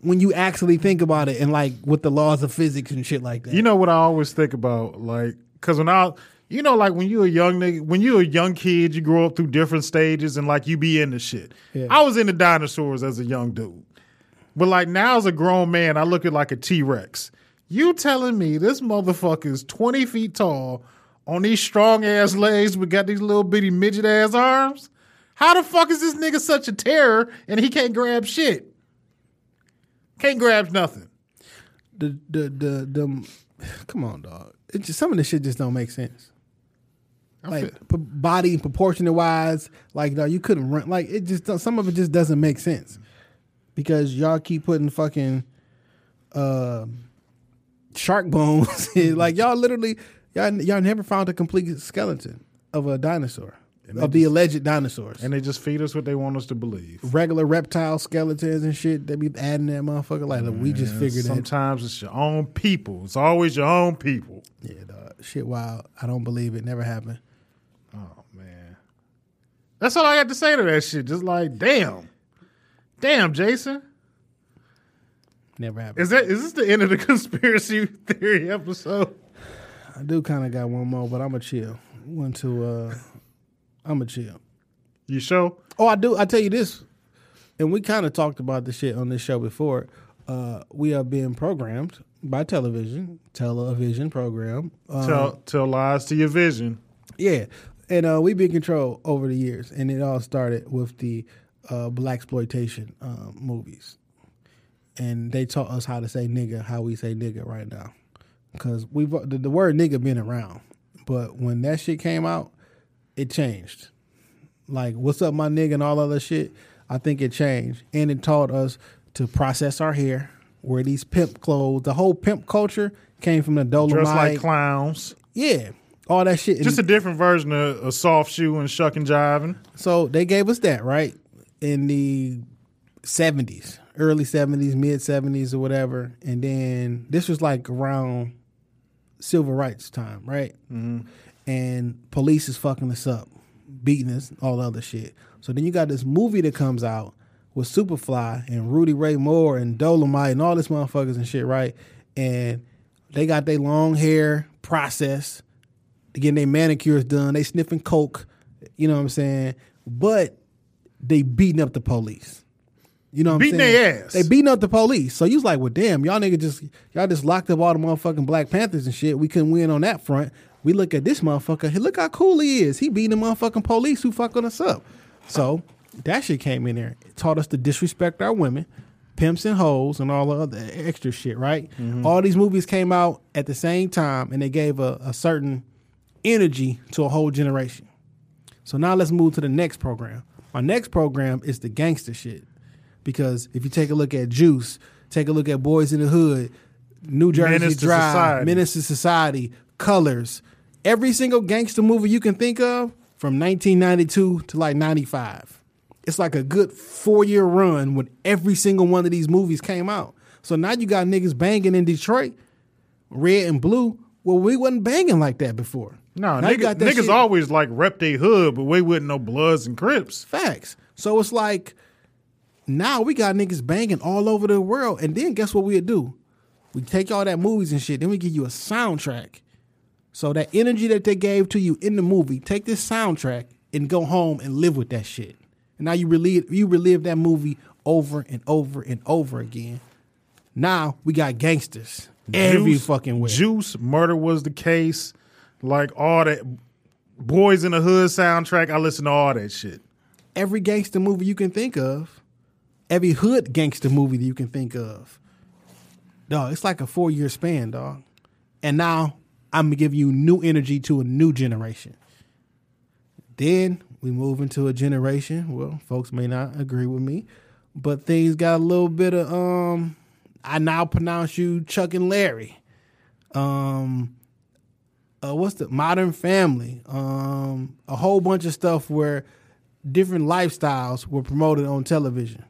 when you actually think about it and like with the laws of physics and shit like that.
You know what I always think about, like, because when I, you know, like when you're a young nigga, when you're a young kid, you grow up through different stages and like you be into shit.
Yeah.
I was into dinosaurs as a young dude, but like now as a grown man, I look at like a T Rex. You telling me this motherfucker is twenty feet tall on these strong ass legs, but got these little bitty midget ass arms? How the fuck is this nigga such a terror and he can't grab shit? Can't grab nothing.
the the the the come on, dog. It just, some of this shit just don't make sense. Like p- body proportion wise, like dog, you couldn't run. Like it just don't- some of it just doesn't make sense because y'all keep putting fucking uh, shark bones.
Mm-hmm.
in. like y'all literally y'all y'all never found a complete skeleton of a dinosaur of the alleged dinosaurs.
And they just feed us what they want us to believe.
Regular reptile skeletons and shit, they be adding that motherfucker like look, we just
Yeah,
figured that
sometimes it's your own people. It's always your own people.
Yeah, dog. Shit wild. I don't believe it. Never happened.
Oh man, that's all I got to say to that shit. Just like damn, damn, Jason.
Never happened.
Is that is this the end of the conspiracy theory episode?
I do kind of got one more, but I'ma chill. One to uh I'ma chill.
You show?
Oh, I do. I tell you this, and we kind of talked about this shit on this show before. Uh, we are being programmed by television, television program. Um,
tell tell lies to your vision.
yeah, and uh, we've been controlled over the years, and it all started with the uh, black exploitation um, movies, and they taught us how to say nigga, how we say nigga right now, because we've uh, the, the word nigga been around, but when that shit came out, it changed like what's up my nigga and all other shit i think it changed and it taught us to process our hair wear these pimp clothes the whole pimp culture came from the dolomite
Dress like clowns.
yeah all that shit And
Just a different version of a soft shoe and shuck and jiving.
so they gave us that right in the 70s early 70s mid 70s or whatever and then this was like around civil rights time right and police is fucking us up, beating us, all the other shit. So then you got this movie that comes out with Superfly and Rudy Ray Moore and Dolomite and all this motherfuckers and shit, right? And they got their long hair processed, getting their manicures done, they sniffing coke, you know what I'm saying? But they beating up the police. You know what
Beating
I'm saying?
their ass.
They beating up the police. So you was like, well, damn, y'all nigga just y'all just locked up all the motherfucking Black Panthers and shit. We couldn't win on that front. We look at this motherfucker. Hey, look how cool he is. He beating the motherfucking police who fucking us up. So that shit came in there. It taught us to disrespect our women, pimps and hoes, and all the other extra shit. Right?
Mm-hmm.
All these movies came out at the same time, and they gave a, a certain energy to a whole generation. So now let's move to the next program. My next program is the gangster shit. Because if you take a look at Juice, take a look at Boys in the Hood, New Jersey
Menace to
Drive,
Society.
Menace to Society, Colors, every single gangster movie you can think of from 1992 to like 95. It's like a good four year run when every single one of these movies came out. So now you got niggas banging in Detroit, red and blue. Well, we wasn't banging like that before.
No,
Now you
nigga,
got that
niggas
shit-
always like rep they hood, but we wouldn't know Bloods and Crips.
Facts. So it's like now we got niggas banging all over the world, and then guess what we'd do? We take all that movies and shit, then we give you a soundtrack. So that energy that they gave to you in the movie, take this soundtrack and go home and live with that shit. And now you relive you relive that movie over and over and over again. Now we got gangsters every
Juice-
fucking way.
Juice, Murder was the case, like all that. Boys in the Hood soundtrack. I listen to all that shit.
every gangster movie you can think of, every hood gangster movie that you can think of. Dog, it's like a four year span, dog. And now I'm gonna give you new energy to a new generation. Then we move into a generation. Well, folks may not agree with me, but things got a little bit of um. I now pronounce you Chuck and Larry. Um, uh, what's the Modern Family, um, a whole bunch of stuff where different lifestyles were promoted on television,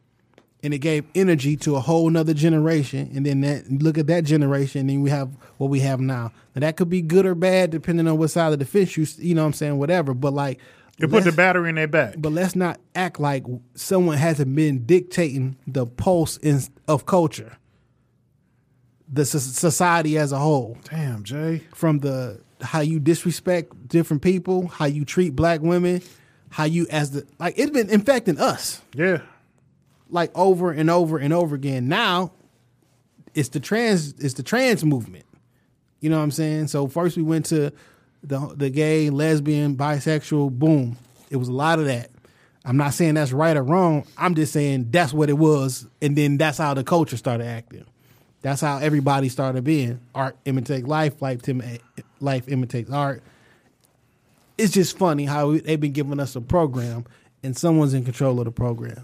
and it gave energy to a whole nother generation. And then that look at that generation, and then we have what we have now. Now that could be good or bad depending on what side of the fence you, s- you know, what I'm saying whatever. But like,
You put the
let's-
battery in their back.
but let's not act like someone hasn't been dictating the pulse in, of culture, the s- society as a whole,
Damn, Jay.
from the how you disrespect different people, how you treat black women, how you as the like it's been infecting us
Yeah.
like over and over and over again. Now it's the trans it's the trans movement. You know what I'm saying? So first we went to the the gay, lesbian, bisexual boom. It was a lot of that. I'm not saying that's right or wrong. I'm just saying that's what it was, and then that's how the culture started acting. That's how everybody started being. Art imitates life, life, tim- life imitates art. It's just funny how they've been giving us a program, and someone's in control of the program.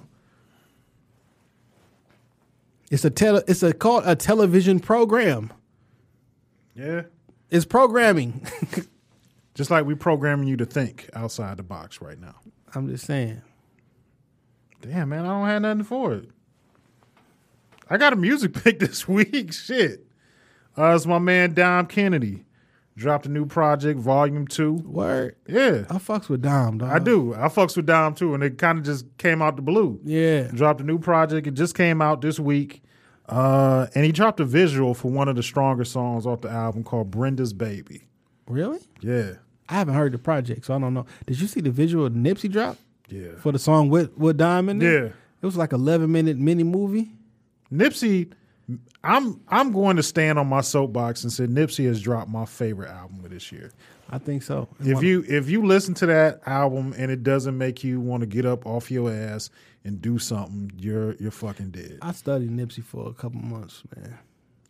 It's a tele, it's a called a television program.
Yeah.
It's programming.
Just like we programming you to think outside the box right now.
I'm just saying.
Damn, man, I don't have nothing for it. I got a music pick this week. Shit. Uh, it's my man Dom Kennedy. Dropped a new project, Volume 2.
Word.
Yeah,
I fucks with Dom, dog.
I do. I fucks with Dom too, and it kind of just came out the blue.
Yeah.
Dropped a new project. It just came out this week. Uh, and he dropped a visual for one of the stronger songs off the album called Brenda's Baby.
Really?
Yeah.
I haven't heard the project, so I don't know. Did you see the visual of Nipsey drop
Yeah.
for the song with with Dom in it?
Yeah.
It was like 11 minute mini movie.
Nipsey, I'm I'm going to stand on my soapbox and say Nipsey has dropped my favorite album of this year.
I think so.
If you if you listen to that album and it doesn't make you want to get up off your ass and do something, you're you're fucking dead.
I studied Nipsey for a couple months, man.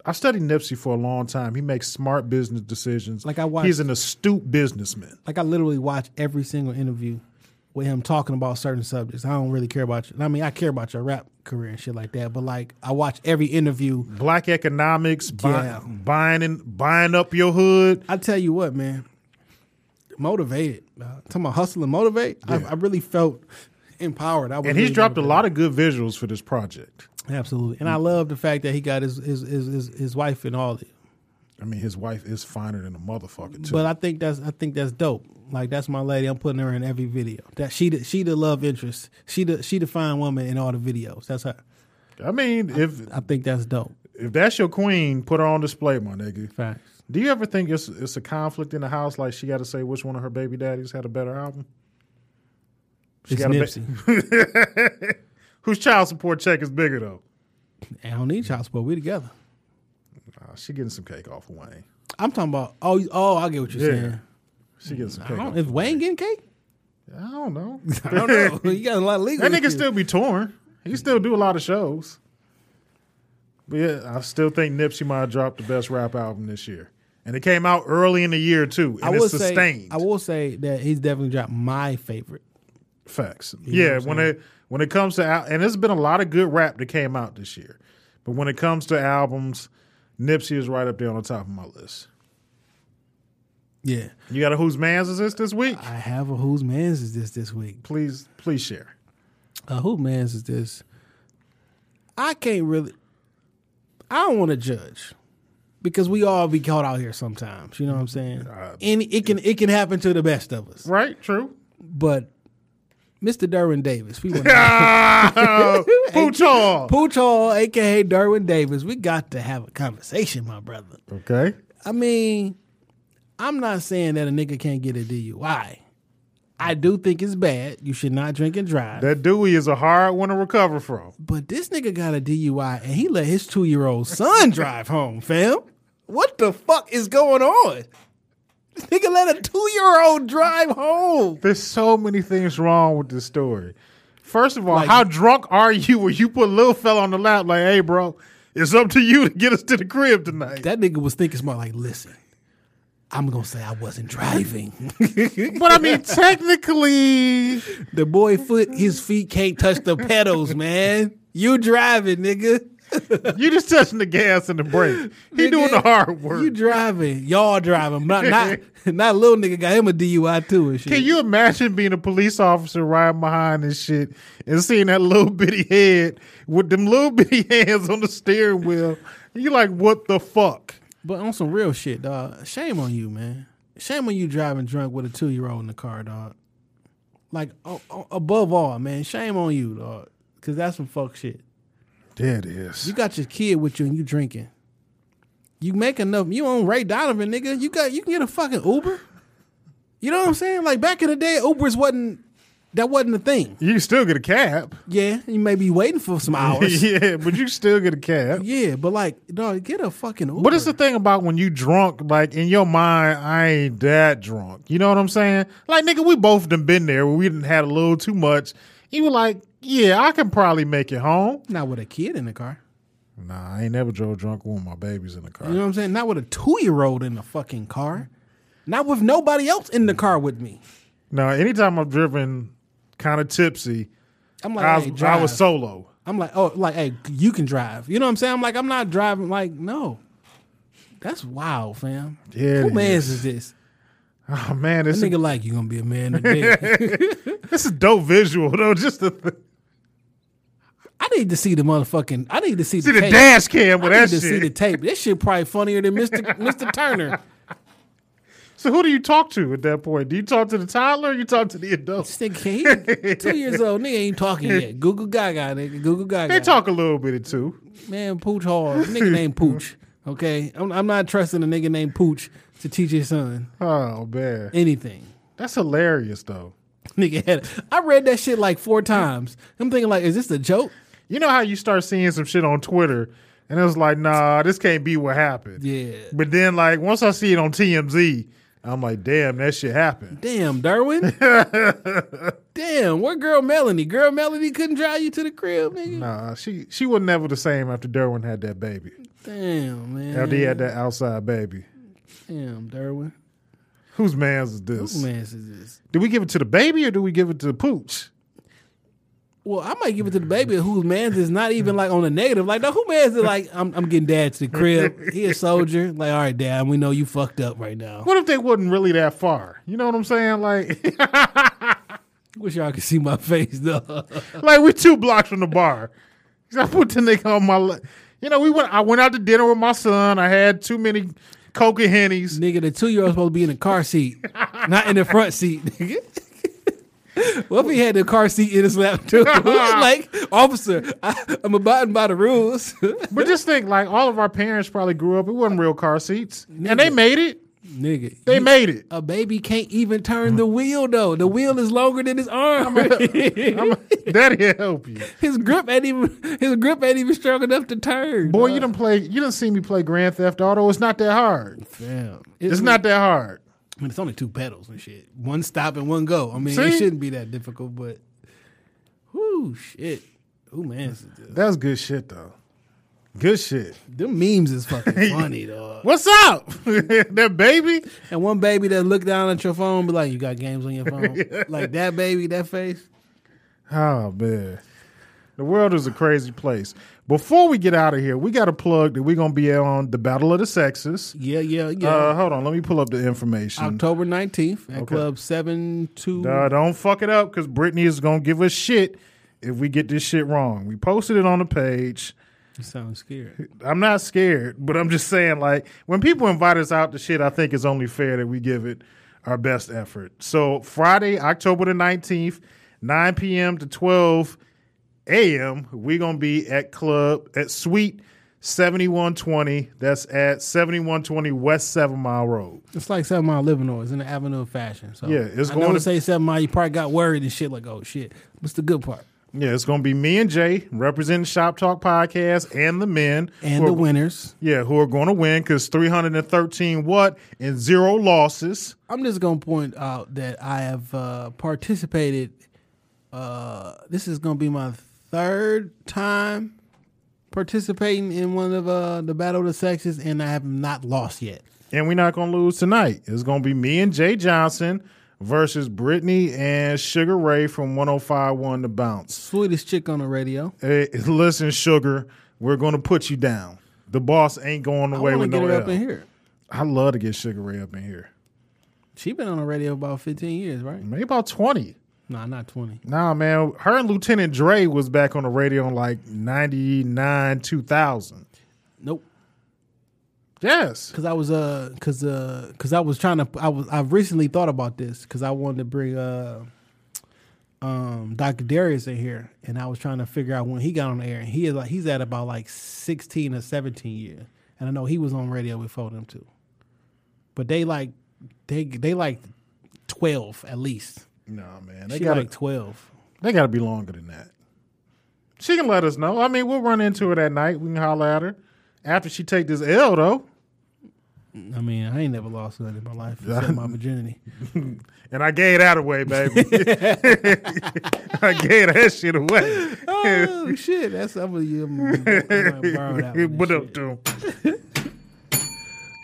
I studied Nipsey for a long time. He makes smart business decisions.
Like I watched-
he's an astute businessman.
Like I literally watch every single interview with him talking about certain subjects. I don't really care about you. I mean, I care about your rap career and shit like that, but like I watch every interview
Black economics, buy,
Yeah.
buying in, buying up your hood.
I tell you what, man, motivated. Uh, talking about hustle and motivate, I, I really felt empowered. I was
And he's
really
dropped a
motivated.
lot of Mm. good visuals for this project.
absolutely. And I love the fact that he got his his his his, his wife and all it.
I mean, his wife is finer than a motherfucker too.
But I think that's I think that's dope. Like that's my lady. I'm putting her in every video. That she the, she the love interest. She the she the fine woman in all the videos. That's her.
I mean, if
I think that's dope.
if that's your queen, put her on display, my nigga.
Facts.
Do you ever think it's it's a conflict in the house? Like she got to say which one of her baby daddies had a better album? She
It's
got a ba-
Nipsey.
Whose child support check is bigger though?
I don't need child support. We together.
Uh, she getting some cake off of Wayne.
I'm talking about. Oh, you- oh, I get what you're
Yeah.
saying.
She getting
Mm,
some
I
cake.
don't,
off
is
of
Wayne getting cake?
I don't know.
I don't know. you got a lot of legal.
that nigga
issues.
still be torn. He still do a lot of shows. But yeah, I still think Nipsey might have dropped the best rap album this year, and it came out early in the year too, and it's sustained.
Say, I will say that he's definitely dropped my favorite.
Facts.
know
yeah,
what I'm
when
saying?
it when it comes to al- and there's been a lot of good rap that came out this year, but when it comes to albums, Nipsey is right up there on the top of my list.
Yeah.
You got a whose man's is this this week?
I have a Whose Man's Is This this week.
Please, please share.
Uh, Whose Man's Is This? I can't really, I don't want to judge because we all be caught out here sometimes. You know what I'm saying?
Uh,
Any, it can it can happen to the best of us.
Right? True.
But Mr. Derwin Davis, we want
Ah, Puchol.
Pooch Hall, aka Derwin Davis, we got to have a conversation, my brother.
Okay.
I mean, I'm not saying that a nigga can't get a DUI. I do think it's bad. You should not drink and drive.
That Dewey is a hard one to recover from.
but this nigga got a DUI and he let his two year old son drive home, fam. What the fuck is going on? This nigga let a two year old drive home.
There's so many things wrong with this story. First of all,
Like-
how drunk are you when you put little fella on the lap like, hey bro, it's up to you to get us to the crib tonight.
That nigga was thinking smart, like, listen, I'm gonna say I wasn't driving.
But I mean, technically,
the boy foot, his feet can't touch the pedals, man. You driving, nigga.
you just touching the gas and the brake. He doing the hard work.
You driving, y'all driving, not not, not little nigga got him a DUI too and shit.
Can you imagine being a police officer riding behind and shit and seeing that little bitty head with them little bitty hands on the steering wheel? You like, what the fuck?
But on some real shit, dog. Shame on you, man. Shame on you driving drunk with a two year old in the car, dog. Like o- o- above all, man. Shame on you, dog. Cause that's some fuck shit.
There it is.
You got your kid with you and you drinking. You make enough. You on Ray Donovan, nigga. You got you can get a fucking Uber. You know what I'm saying? Like back in the day, Ubers wasn't that wasn't a thing.
You can still get a cab.
Yeah, you may be waiting for some
Oh,
hours.
yeah, but you still get a cab.
yeah, but like, dog, get a fucking Uber.
But it's the thing about when you drunk, like in your mind, I ain't that drunk. You know what I'm saying? Like, nigga, we both done been there where we didn't had a little too much. You were like, yeah, I can probably make it home.
not with a kid in the car.
Nah, I ain't never drove drunk with my babies in the car.
You know what I'm saying? Not with a two year old in the fucking car. Not with nobody else in the car with me.
Now, anytime I've driven kind of tipsy,
I'm
I,
like, hey,
was, I
drive.
was solo.
I'm like, oh, like, hey, you can drive. You know what I'm saying? I'm like, I'm not driving. Like, no, that's wild, fam.
Yeah,
Who
it
man's is
is.
this?
Oh man, this,
This nigga like you gonna be a man today.
this is dope visual though. Just the th-
I need to see the motherfucking. I need to see,
see the
tape.
dash cam with
I need
that
to see the
shit.
tape. This shit probably funnier than Mr. Mr. Turner.
so who do you talk to at that point? Do you talk to the toddler? or You talk to the adult?
This nigga, he two years old. Nigga ain't talking yet. Google Gaga, nigga. Google Gaga.
They talk a little bit or two.
Man, Pooch hard. Nigga named Pooch. Okay, I'm, I'm not trusting a nigga named Pooch to teach his son
Oh man,
anything.
that's hilarious though.
Nigga had. I read that shit like four times. I'm thinking like, is this a joke?
You know how you start seeing some shit on Twitter, and it was like, nah, this can't be what happened.
Yeah.
But then like once I see it on TMZ, I'm like, damn, that shit happened.
Damn, Derwin. Damn, where girl Melanie? Girl Melanie couldn't drive you to the crib, nigga.
Nah, she she was never the same after Derwin had that baby.
Damn, man.
After he had that outside baby.
Damn, Derwin.
Whose man's is this?
Who man is this?
Do we give it to the baby or do we give it to the pooch?
Well, I might give it to the baby whose man's is not even like on the negative. Like, no, who man's is like, I'm, I'm getting dad to the crib. He a soldier. Like, all right, dad, we know you fucked up right now.
What if they wasn't really that far? You know what I'm saying? Like,
Wish y'all could see my face though.
like we two blocks from the bar. 'Cause I put the nigga on my. Le- you know, we went. I went out to dinner with my son. I had too many coca hennies.
nigga, the two year old supposed to be in the car seat, not in the front seat. Nigga. what if he had the car seat in his lap too? like, officer, I, I'm abiding by the rules.
But just think, like all of our parents probably grew up. It wasn't real car seats, and they made it.
nigga,
They
you-
made it.
a baby can't even turn the wheel though. The wheel is longer than his arm.
That'll help you,
his grip ain't even his grip ain't even strong enough to turn.
boy. You didn't play. You didn't see me play Grand Theft Auto. It's not that hard.
Damn,
It's not that hard.
I mean, it's only two pedals and shit. One stop and one go. I mean, it
See?
shouldn't be that difficult, but whoo shit. Who man, is this?
That's good shit though. Good shit.
them memes is fucking funny, dog.
What's up? that baby?
And one baby that look down at your phone be like, "You got games on your phone?" Like that baby, that face.
Oh man. The world is a crazy place. Before we get out of here, we got a plug that we're gonna be on the Battle of the Sexes.
Yeah, yeah, yeah.
Uh, hold on, let me pull up the information.
October nineteenth at Club Seven Two.
Uh, don't fuck it up because Brittany is gonna give us shit if we get this shit wrong. We posted it on the page.
You sound scared.
I'm not scared, but I'm just saying, like, when people invite us out to shit, I think it's only fair that we give it our best effort. So, Friday, October the 19th, 9 p.m. to 12 a.m., we're going to be at Club, at Suite 7120. That's at 7120 West Seven Mile Road.
It's like Seven Mile Living or it's in the Avenue of Fashion. So
Yeah, it's
I
going
know
to-
to say Seven Mile. You probably got worried and shit. Like, oh shit, what's the good part?
Yeah, it's going to be me and Jay representing Shop Talk Podcast and the men.
And the
who are-
winners.
Yeah, who are going to win because 313 what and zero losses.
I'm just gonna point out that I have uh, participated. Uh, this is gonna be my third time participating in one of uh, the Battle of the Sexes, and I have not lost yet.
and we're not gonna lose tonight. It's gonna be me and Jay Johnson versus Brittany and Sugar oh Ray from 105.1 to Bounce.
Sweetest chick on the radio.
Hey, listen, Sugar, We're gonna put you down. The boss ain't going
I
away
want to get
with no
her
L.
up in here.
I love to get Sugar Ray up in here.
She been on the radio about 15 years, right?
Maybe about twenty.
Nah, not 20.
Nah, man. Her and Lieutenant Dre was back on the radio in like ninety nine, two thousand.
Nope.
Yes.
Cause I was uh, cause uh, cause I was trying to. I was. I recently thought about this because I wanted to bring uh, um, Dr. Darius in here, and I was trying to figure out when he got on the air. And he is like, he's at about like sixteen or seventeen years, and I know he was on radio before them too. But they like, they they like twelve at least.
Nah, man. They
she
got
like twelve.
They got to be longer than that. She can let us know. I mean, we'll run into her that night. We can holler at her after she take this L though,
I mean, I ain't never lost nothing in my life except my virginity.
and I gave that away, baby. I gave that shit away.
oh shit! That's I'm gonna, I'm gonna borrow that. One.
What up, dude?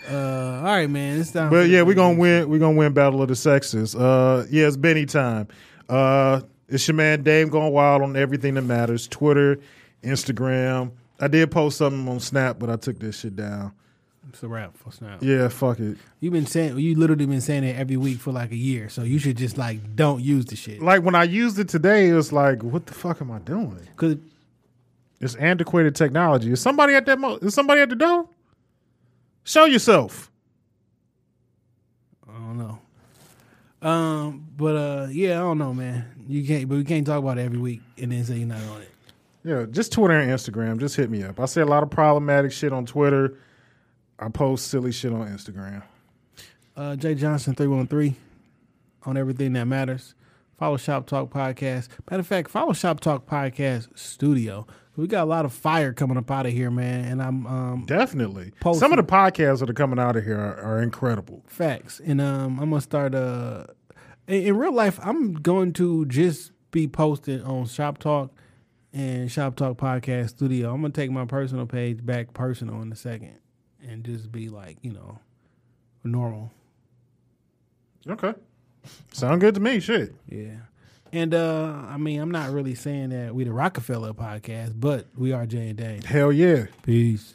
Uh, all right, man. It's time.
But yeah, we're gonna win. We're gonna win Battle of the Sexes. Uh, yeah, it's Benny time. Uh, it's your man Dave going wild on everything that matters: Twitter, Instagram. I did post something on Snap, but I took this shit down.
It's a wrap for now.
Yeah, fuck it.
You've been saying you literally been saying it every week for like a year, so you should just like don't use the shit
Like when I used it today, it was like, what the fuck am I doing?
because
It's antiquated technology. Is somebody at that? Mo- is somebody at the door? Show yourself.
I don't know. Um, but uh, yeah, I don't know, man. You can't, but we can't talk about it every week and then say you're not on it.
Yeah, just Twitter and Instagram. Just hit me up. I say a lot of problematic shit on Twitter. I post silly shit on Instagram.
Uh, Jay Johnson three one three on everything that matters. Follow Shop Talk Podcast. Matter of fact, follow Shop Talk Podcast Studio. We got a lot of fire coming up out of here, man. And I'm um,
Definitely.
Post
Some of
it.
the podcasts that are coming out of here are, are incredible.
Facts. And um, I'm gonna start. Uh, in, in real life, I'm going to just be posted on Shop Talk and Shop Talk Podcast Studio. I'm gonna take my personal page back personal in a second, and just be like, you know, normal.
Okay. Sound good to me. Shit.
Yeah. And uh, I mean, I'm not really saying that we the Rockefeller podcast, but we are Jay and Dane.
Hell yeah.
Peace.